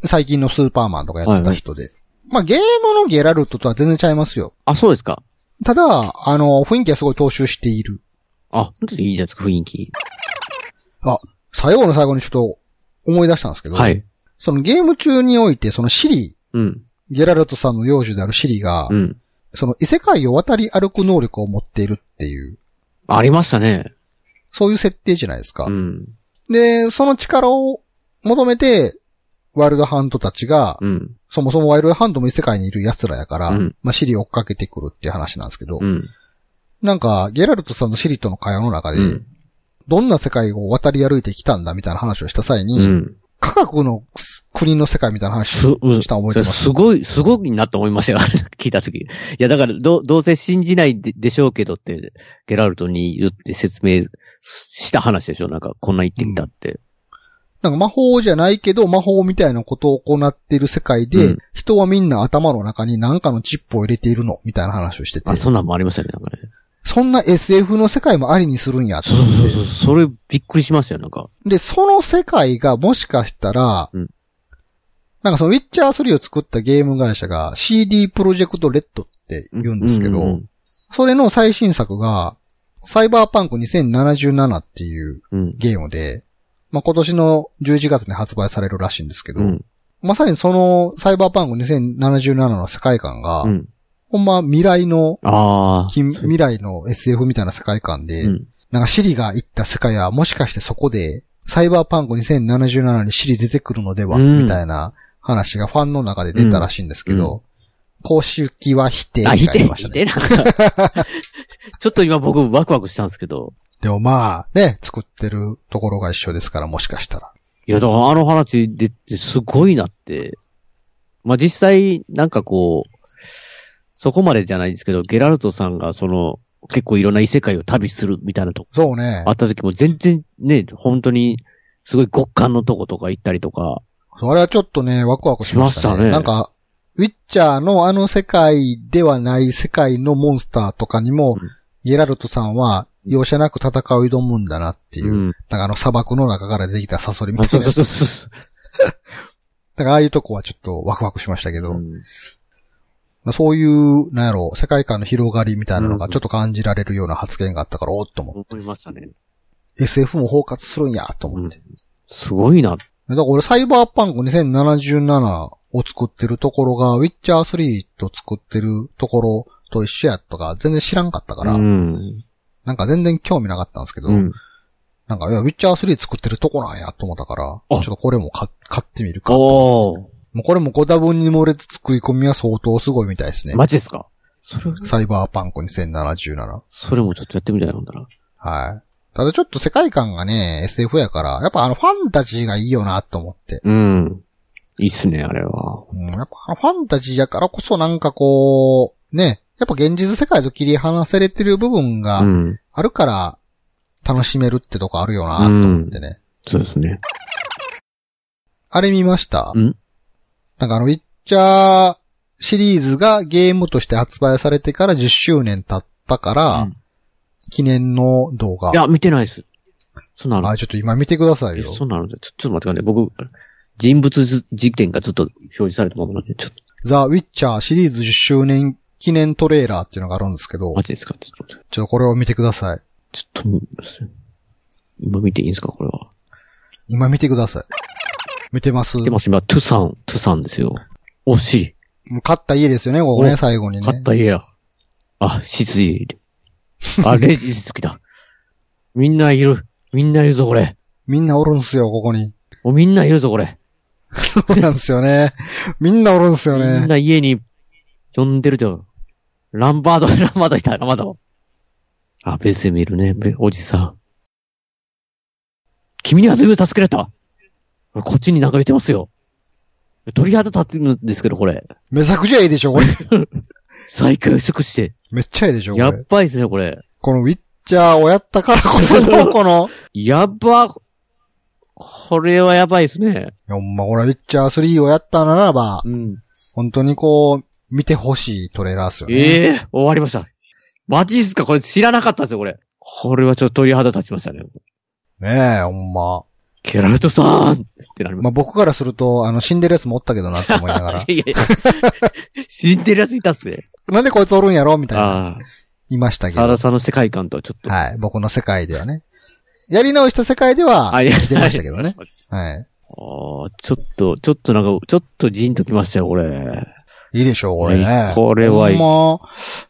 A: 最近のスーパーマンとかやってた人で。まあ、ゲームのゲラルトとは全然ちゃいますよ。
B: あ、そうですか。
A: ただ、あの、雰囲気はすごい踏襲している。
B: あ、本当にいいじゃないですか、雰囲気。
A: 最後の最後にちょっと思い出したんですけど、
B: はい。
A: そのゲーム中において、そのシリ、
B: うん。
A: ゲラルトさんの幼女であるシリが、
B: うん。
A: その異世界を渡り歩く能力を持っているっていう、
B: ありましたね。
A: そういう設定じゃないですか。
B: うん。
A: で、その力を求めて、ワイルドハントたちが、
B: うん。
A: そもそもワイルドハントも異世界にいる奴らやから、
B: うん
A: まあ、シリ追っかけてくるっていう話なんですけど、
B: うん。
A: なんか、ゲラルトさんのシリとの会話の中で、
B: うん。
A: どんな世界を渡り歩いてきたんだみたいな話をした際に、
B: うん。
A: 科学の国の世界みたいな話
B: す、
A: を
B: うん
A: した覚えてます。
B: すごい、すごいなと思いましたよ。 聞いたとき。いや、だから、どう、どうせ信じないででしょうけどって、ゲラルトに言って説明した話でしょなんか、こんな言ってきたって。
A: なんか魔法じゃないけど、魔法みたいなことを行っている世界で、
B: うん
A: 人はみんな頭の中に何かのチップを入れているの、みたいな話をしてて
B: あ、、そんなんもありましたね、なんかね。
A: そんな SF の世界もありにするんやって
B: そうそうそう。それ、びっくりしましたよ、なんか。
A: で、その世界がもしかしたら、
B: うん
A: なんかそのウィッチャー3を作ったゲーム会社が CD プロジェクトレッドって言うんですけど、
B: う
A: それの最新作が、サイバーパンク2077っていう
B: うん。
A: ゲームで、まあ、今年の11月に発売されるらしいんですけど、
B: うん。
A: まさにそのサイバーパンク2077の世界観が、
B: うん。
A: ほんま未来の、
B: ああ。
A: 近未来の SF みたいな世界観で、
B: うん。
A: なんかシリが行った世界はもしかしてそこで、サイバーパンク2077にシリ出てくるのでは、
B: うん
A: みたいな話がファンの中で出たらしいんですけど、公式は否定
B: あ、
A: って書
B: い
A: い
B: て、
A: てましたね。
B: いて、なんか。 ちょっと今僕、ワクワクしたんですけど。
A: でもまあ、ね、作ってるところが一緒ですから、もしかしたら。
B: いや、だからあの話で、すごいなって。まあ、実際、なんかこう、そこまでじゃないんですけど、ゲラルトさんがその、結構いろんな異世界を旅するみたいなとこ
A: そうね
B: あ。った時も全然ね、本当に、すごい極寒のとことか行ったりとか、
A: それはちょっとね、ワクワクしましたね。
B: しましたね
A: なんか、ウィッチャーのあの世界ではない世界のモンスターとかにも、
B: うん
A: ゲラルトさんは容赦なく戦いを挑むんだなっていう。
B: うん。
A: なんかあの砂漠の中から出てきたサソリみ
B: あ
A: た
B: そ
A: いうな
B: そうそうそう。
A: だからああいうとこはちょっとワクワクしましたけど、
B: うん
A: まあそういう、なんやろう、世界観の広がりみたいなのがちょっと感じられるような発言があったから、おーっと思っ
B: 思いましたね。
A: て、SF も包括するんや、と思って。
B: すごいな。
A: だから俺、サイバーパンク2077を作ってるところが、ウィッチャー3と作ってるところと一緒やとか、全然知らんかったから、
B: うん。
A: なんか全然興味なかったんですけど、
B: うん。
A: なんか、いや、ウィッチャー3作ってるとこなんや、と思ったから、ちょ
B: あ
A: っとこれも買買ってみるか。も
B: おー。
A: うこれも5多分に漏れつ作り込みは相当すごいみたいですね。
B: マジですかそれ、
A: サイバーパンク2077。
B: それもちょっとやってみたいなんだな。
A: はい。ただちょっと世界観がね、SF やから、やっぱあのファンタジーがいいよなと思って。
B: うん。いいっすね、あれは。
A: うん、やっぱあのファンタジーやからこそなんかこう、ね、やっぱ現実世界と切り離されてる部分
B: う
A: が
B: ん。
A: あるから、楽しめるってとこあるよなと思ってね。
B: そうですね。
A: あれ見ました
B: うん
A: なんかあの、ウィッチャーシリーズがゲームとして発売されてから10周年経ったから、
B: うん
A: 記念の動画
B: い。や、見てないです。そんなのあ
A: あ、
B: る。
A: ちょっと今見てください
B: え
A: よ。
B: そんなのあるちょちょっと待ってくださいね。僕、人物辞典がずっと表示されてますので、ちょっと
A: ザ・ウィッチャーシリーズ10周年記念トレーラーっていうのがあるんですけど、
B: 待ってですかちょっと待って、
A: ちょっとこれを見てください。
B: ちょっと、今見ていいんですかこれは。
A: 今見てください。見てます。
B: で、
A: も
B: も今、トゥサン、トゥサンですよ。お尻。
A: う買った家ですよね、ここね、
B: お
A: 最後にね。
B: 買った家や。あ、執事。あ、レジ好きだ。みんないる。みんないるぞ、これ。
A: みんなおるんすよ、ここに。
B: お、みんないるぞ、これ。
A: そうなんですよね。 みんなおるんすよ
B: みん
A: ね。
B: な家に呼んでると。ランバード、 ランバード来た、ランバード。あ、ベースで見るね、べおじさん。君にはずいぶん助けられた。こっちになんか言ってますよ。鳥肌立つんですけど、これ。
A: めちゃくちゃいいでしょ、こ れ。
B: 再会食して。
A: めっちゃいいでしょ、こ
B: や
A: れ
B: っ。ばいですね、これ。
A: このウィッチャーをやったからこその、この。
B: やば。これはやばいですね。
A: ほんま、俺はウィッチャー3をやったならば、
B: うん。
A: 本当にこう、見てほしいトレーラーっすよね。
B: ええ終わりました。マジっすかこれ知らなかったですよ、これ。これはちょっと鳥肌立ちましたね。
A: ねえ、ほんま。
B: ゲラルトさんってなりました。
A: まあ、僕からすると、あの、死んでるやつもおったけどなって思いながら
B: いやいや。死んでるやついたっすね。
A: なんでこいつおるんやろみたいな、
B: あ
A: いました
B: あ。
A: け
B: 沢
A: ど
B: 田。さんの世界観とはちょっと。
A: はい。僕の世界ではね。やり直した世界では、
B: あいや
A: 生きてましたけどね。はい。
B: ああ、ちょっと、ちょっとなんか、ちょっとジンときましたよ、これ。
A: いいでしょう、これね。
B: これはいい
A: ほん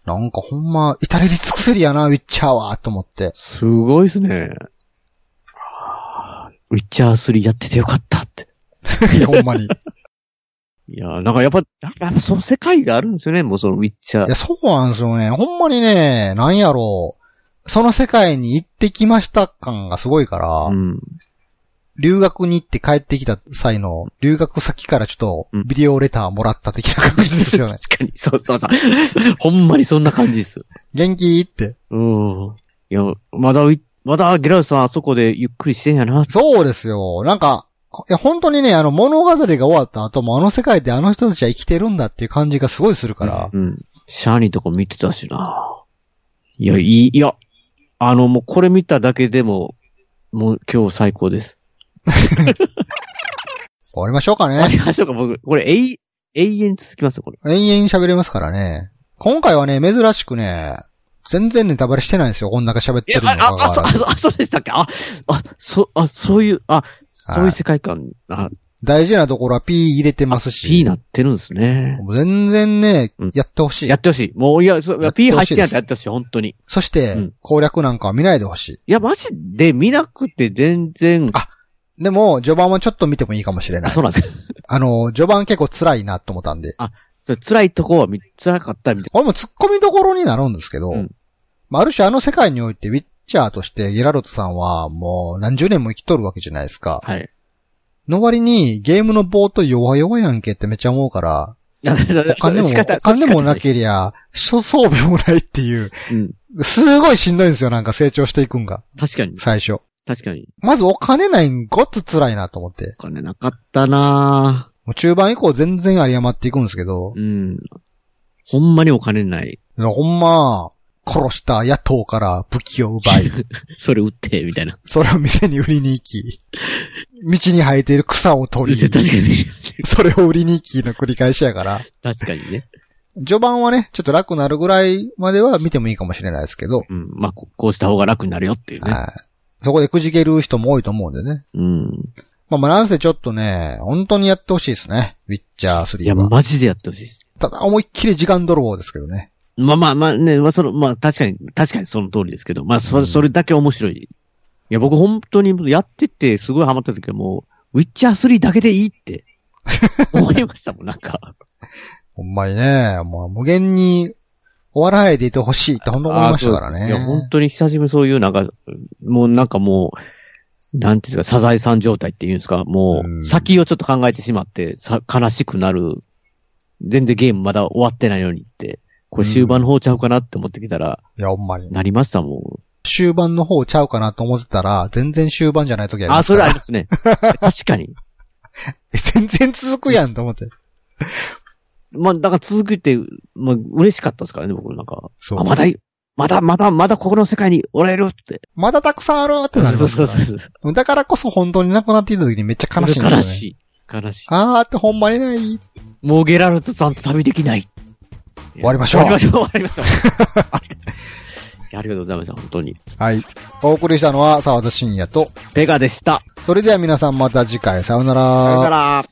A: ま、なんかほんま、至れり尽くせりやな、ウィッチャーは、と思 って。
B: すごいですね。あーウィッチャー3やっててよかったって。
A: いや、ほんまに。い
B: いやー、なんかやっぱ、やっぱやっぱその世界があるんですよね、もうそのウィッチャー
A: や、。そうなんですよね。ほんまにね、なんやろう。その世界に行ってきました感がすごいから、
B: うん。
A: 留学に行って帰ってきた際の、留学先からちょっ
B: う
A: と
B: ん、
A: ビデオレターもらった的な感じですよ ね。
B: 確かに、そうそうそう。ほんまにそんな感じです。
A: 元気って。
B: うん。いや、まだウィ、まだゲラウスさんあそこでゆっくりしてんやなって。
A: そうですよ。なんか、いや、本当にね、あの、物語が終わった後も、あの世界であの人たちは生きてるんだっていう感じがすごいするから。
B: うん。シャーニーとか見てたしな。いや、いい、いや、あの、もうこれ見ただけでも、もう今日最高です。
A: 終わりましょうか
B: あ
A: ね。
B: りましょうか、僕。これ、永永遠続きますよ、これ。
A: 永遠に喋れますからね。今回はね、珍しくね、全然ネタバレしてないんですよ。こんだけ喋ってるのにもかかわらず
B: そう、あ、そうでしたっけあ、あ、そ、あ、そういう、あ、そういう世界観、あ、
A: 大事なところは P 入れてますし。
B: P なってるんですね。
A: 全然ね
B: うん、
A: やってほしい
B: やっ。てほしい。もう、いや、そうい
A: や
B: や
A: ってほしい
B: P 入ってな
A: で
B: い
A: す
B: とやってほしい、本当に。
A: そし
B: う
A: て
B: ん、
A: 攻略なんかは見ないでほしい。
B: いや、マジで見なくて全然、
A: あでも、序盤はちょっと見てもいいかもしれ
B: あ
A: ない。
B: そうなんですよ。
A: あの、序盤結構辛いなと思ったんで。
B: それ辛いとこは見、辛かったみたい
A: これも突っ込みどころになるんですけど、
B: うん
A: まあ、ある種あの世界においてウィッチャーとしてゲラルトさんはもう何十年も生きとるわけじゃないですか。
B: な。はい。
A: の割にゲームの冒頭弱々やんけってめっちゃ思うから、 お金も、お金もな
B: き。
A: けりゃ、所装備もないっていう、
B: うん。
A: すごいしんどいんですよ、なんか成長していくんが、
B: 確かに、
A: 最初。
B: 確かに。
A: まずお金ないんごっつ辛いなと思って。
B: お金なかったな
A: もう中盤以降全然有り余っていくんですけど、
B: ぁうん。ほんまにお金ない。
A: ほんま、殺した野党から武器を奪い、
B: それ売って、みたいな。
A: それを店に売りに行き、道に生えている草を取り
B: 確、かに。
A: それを売りに行きの繰り返しやから、
B: 確かにね。
A: 序盤はね、ちょっと楽になるぐらいまでは見てもいいかもしれないですけど、
B: うん。まあ、ここうした方が楽になるよっていうね。
A: はい。そこでくじける人も多いと思うんでね。
B: うん。
A: まあまあなんせちょっとね、本当にやってほしいですね。ウィッチャー
B: いや、
A: 3は。
B: マジでやってほしいです。
A: ただ思いっきり時間泥棒ですけどね。
B: まあまあまあね、まあその、まあ確かに、確かにその通りですけど、まあ
A: う
B: そ
A: ん
B: それだけ面白い。いや、僕本当にやっててすごいハマった時はもう、ウィッチャー3だけでいいって 思いましたもん、なんか。
A: ほんまにね、もう無限に終わらないでいてほしいって本当思いましたから
B: あーそうですいや、本
A: ね。
B: 当に久しぶりにそういうなんか、もうなんかもう、なんていうんですか、サザエさん状態っていうんですか、も
A: うん
B: う、先をちょっと考えてしまって、さ、悲しくなる。全然ゲームまだ終わってないのにって、これ終盤の方ちゃうかなって思ってきたら、
A: いや、ほんまに。
B: なりましたも
A: 終盤の方ちゃうかなと思ってたら、全然終盤じゃない時あり
B: ん。
A: ま
B: あ、
A: すか
B: それ
A: ら
B: ありますね。 確かに。
A: え 全然続くやんと思って。
B: まあ、だから続けて、まあ、嬉しかったですからね、僕なんか。
A: そう
B: あ、まだい、まだ、まだ、まだここの世界におられるって。
A: まだたくさんあるってなりますか
B: そ
A: ら
B: うそうそうそう。
A: だからこそ本当に亡くなっていた時にめっちゃ悲しいんですよ
B: 悲
A: ね。
B: しい。悲しい。
A: あーってほんまにない。終
B: もうゲラルトさんと旅できない。
A: わりましょう
B: 終わりましょう。終わりましょう。 いやありがとうございました、本当に。
A: はい。お送りしたのは沢田信也と、
B: ペガでした。
A: それでは皆さんまた次回、さよう
B: さよなら。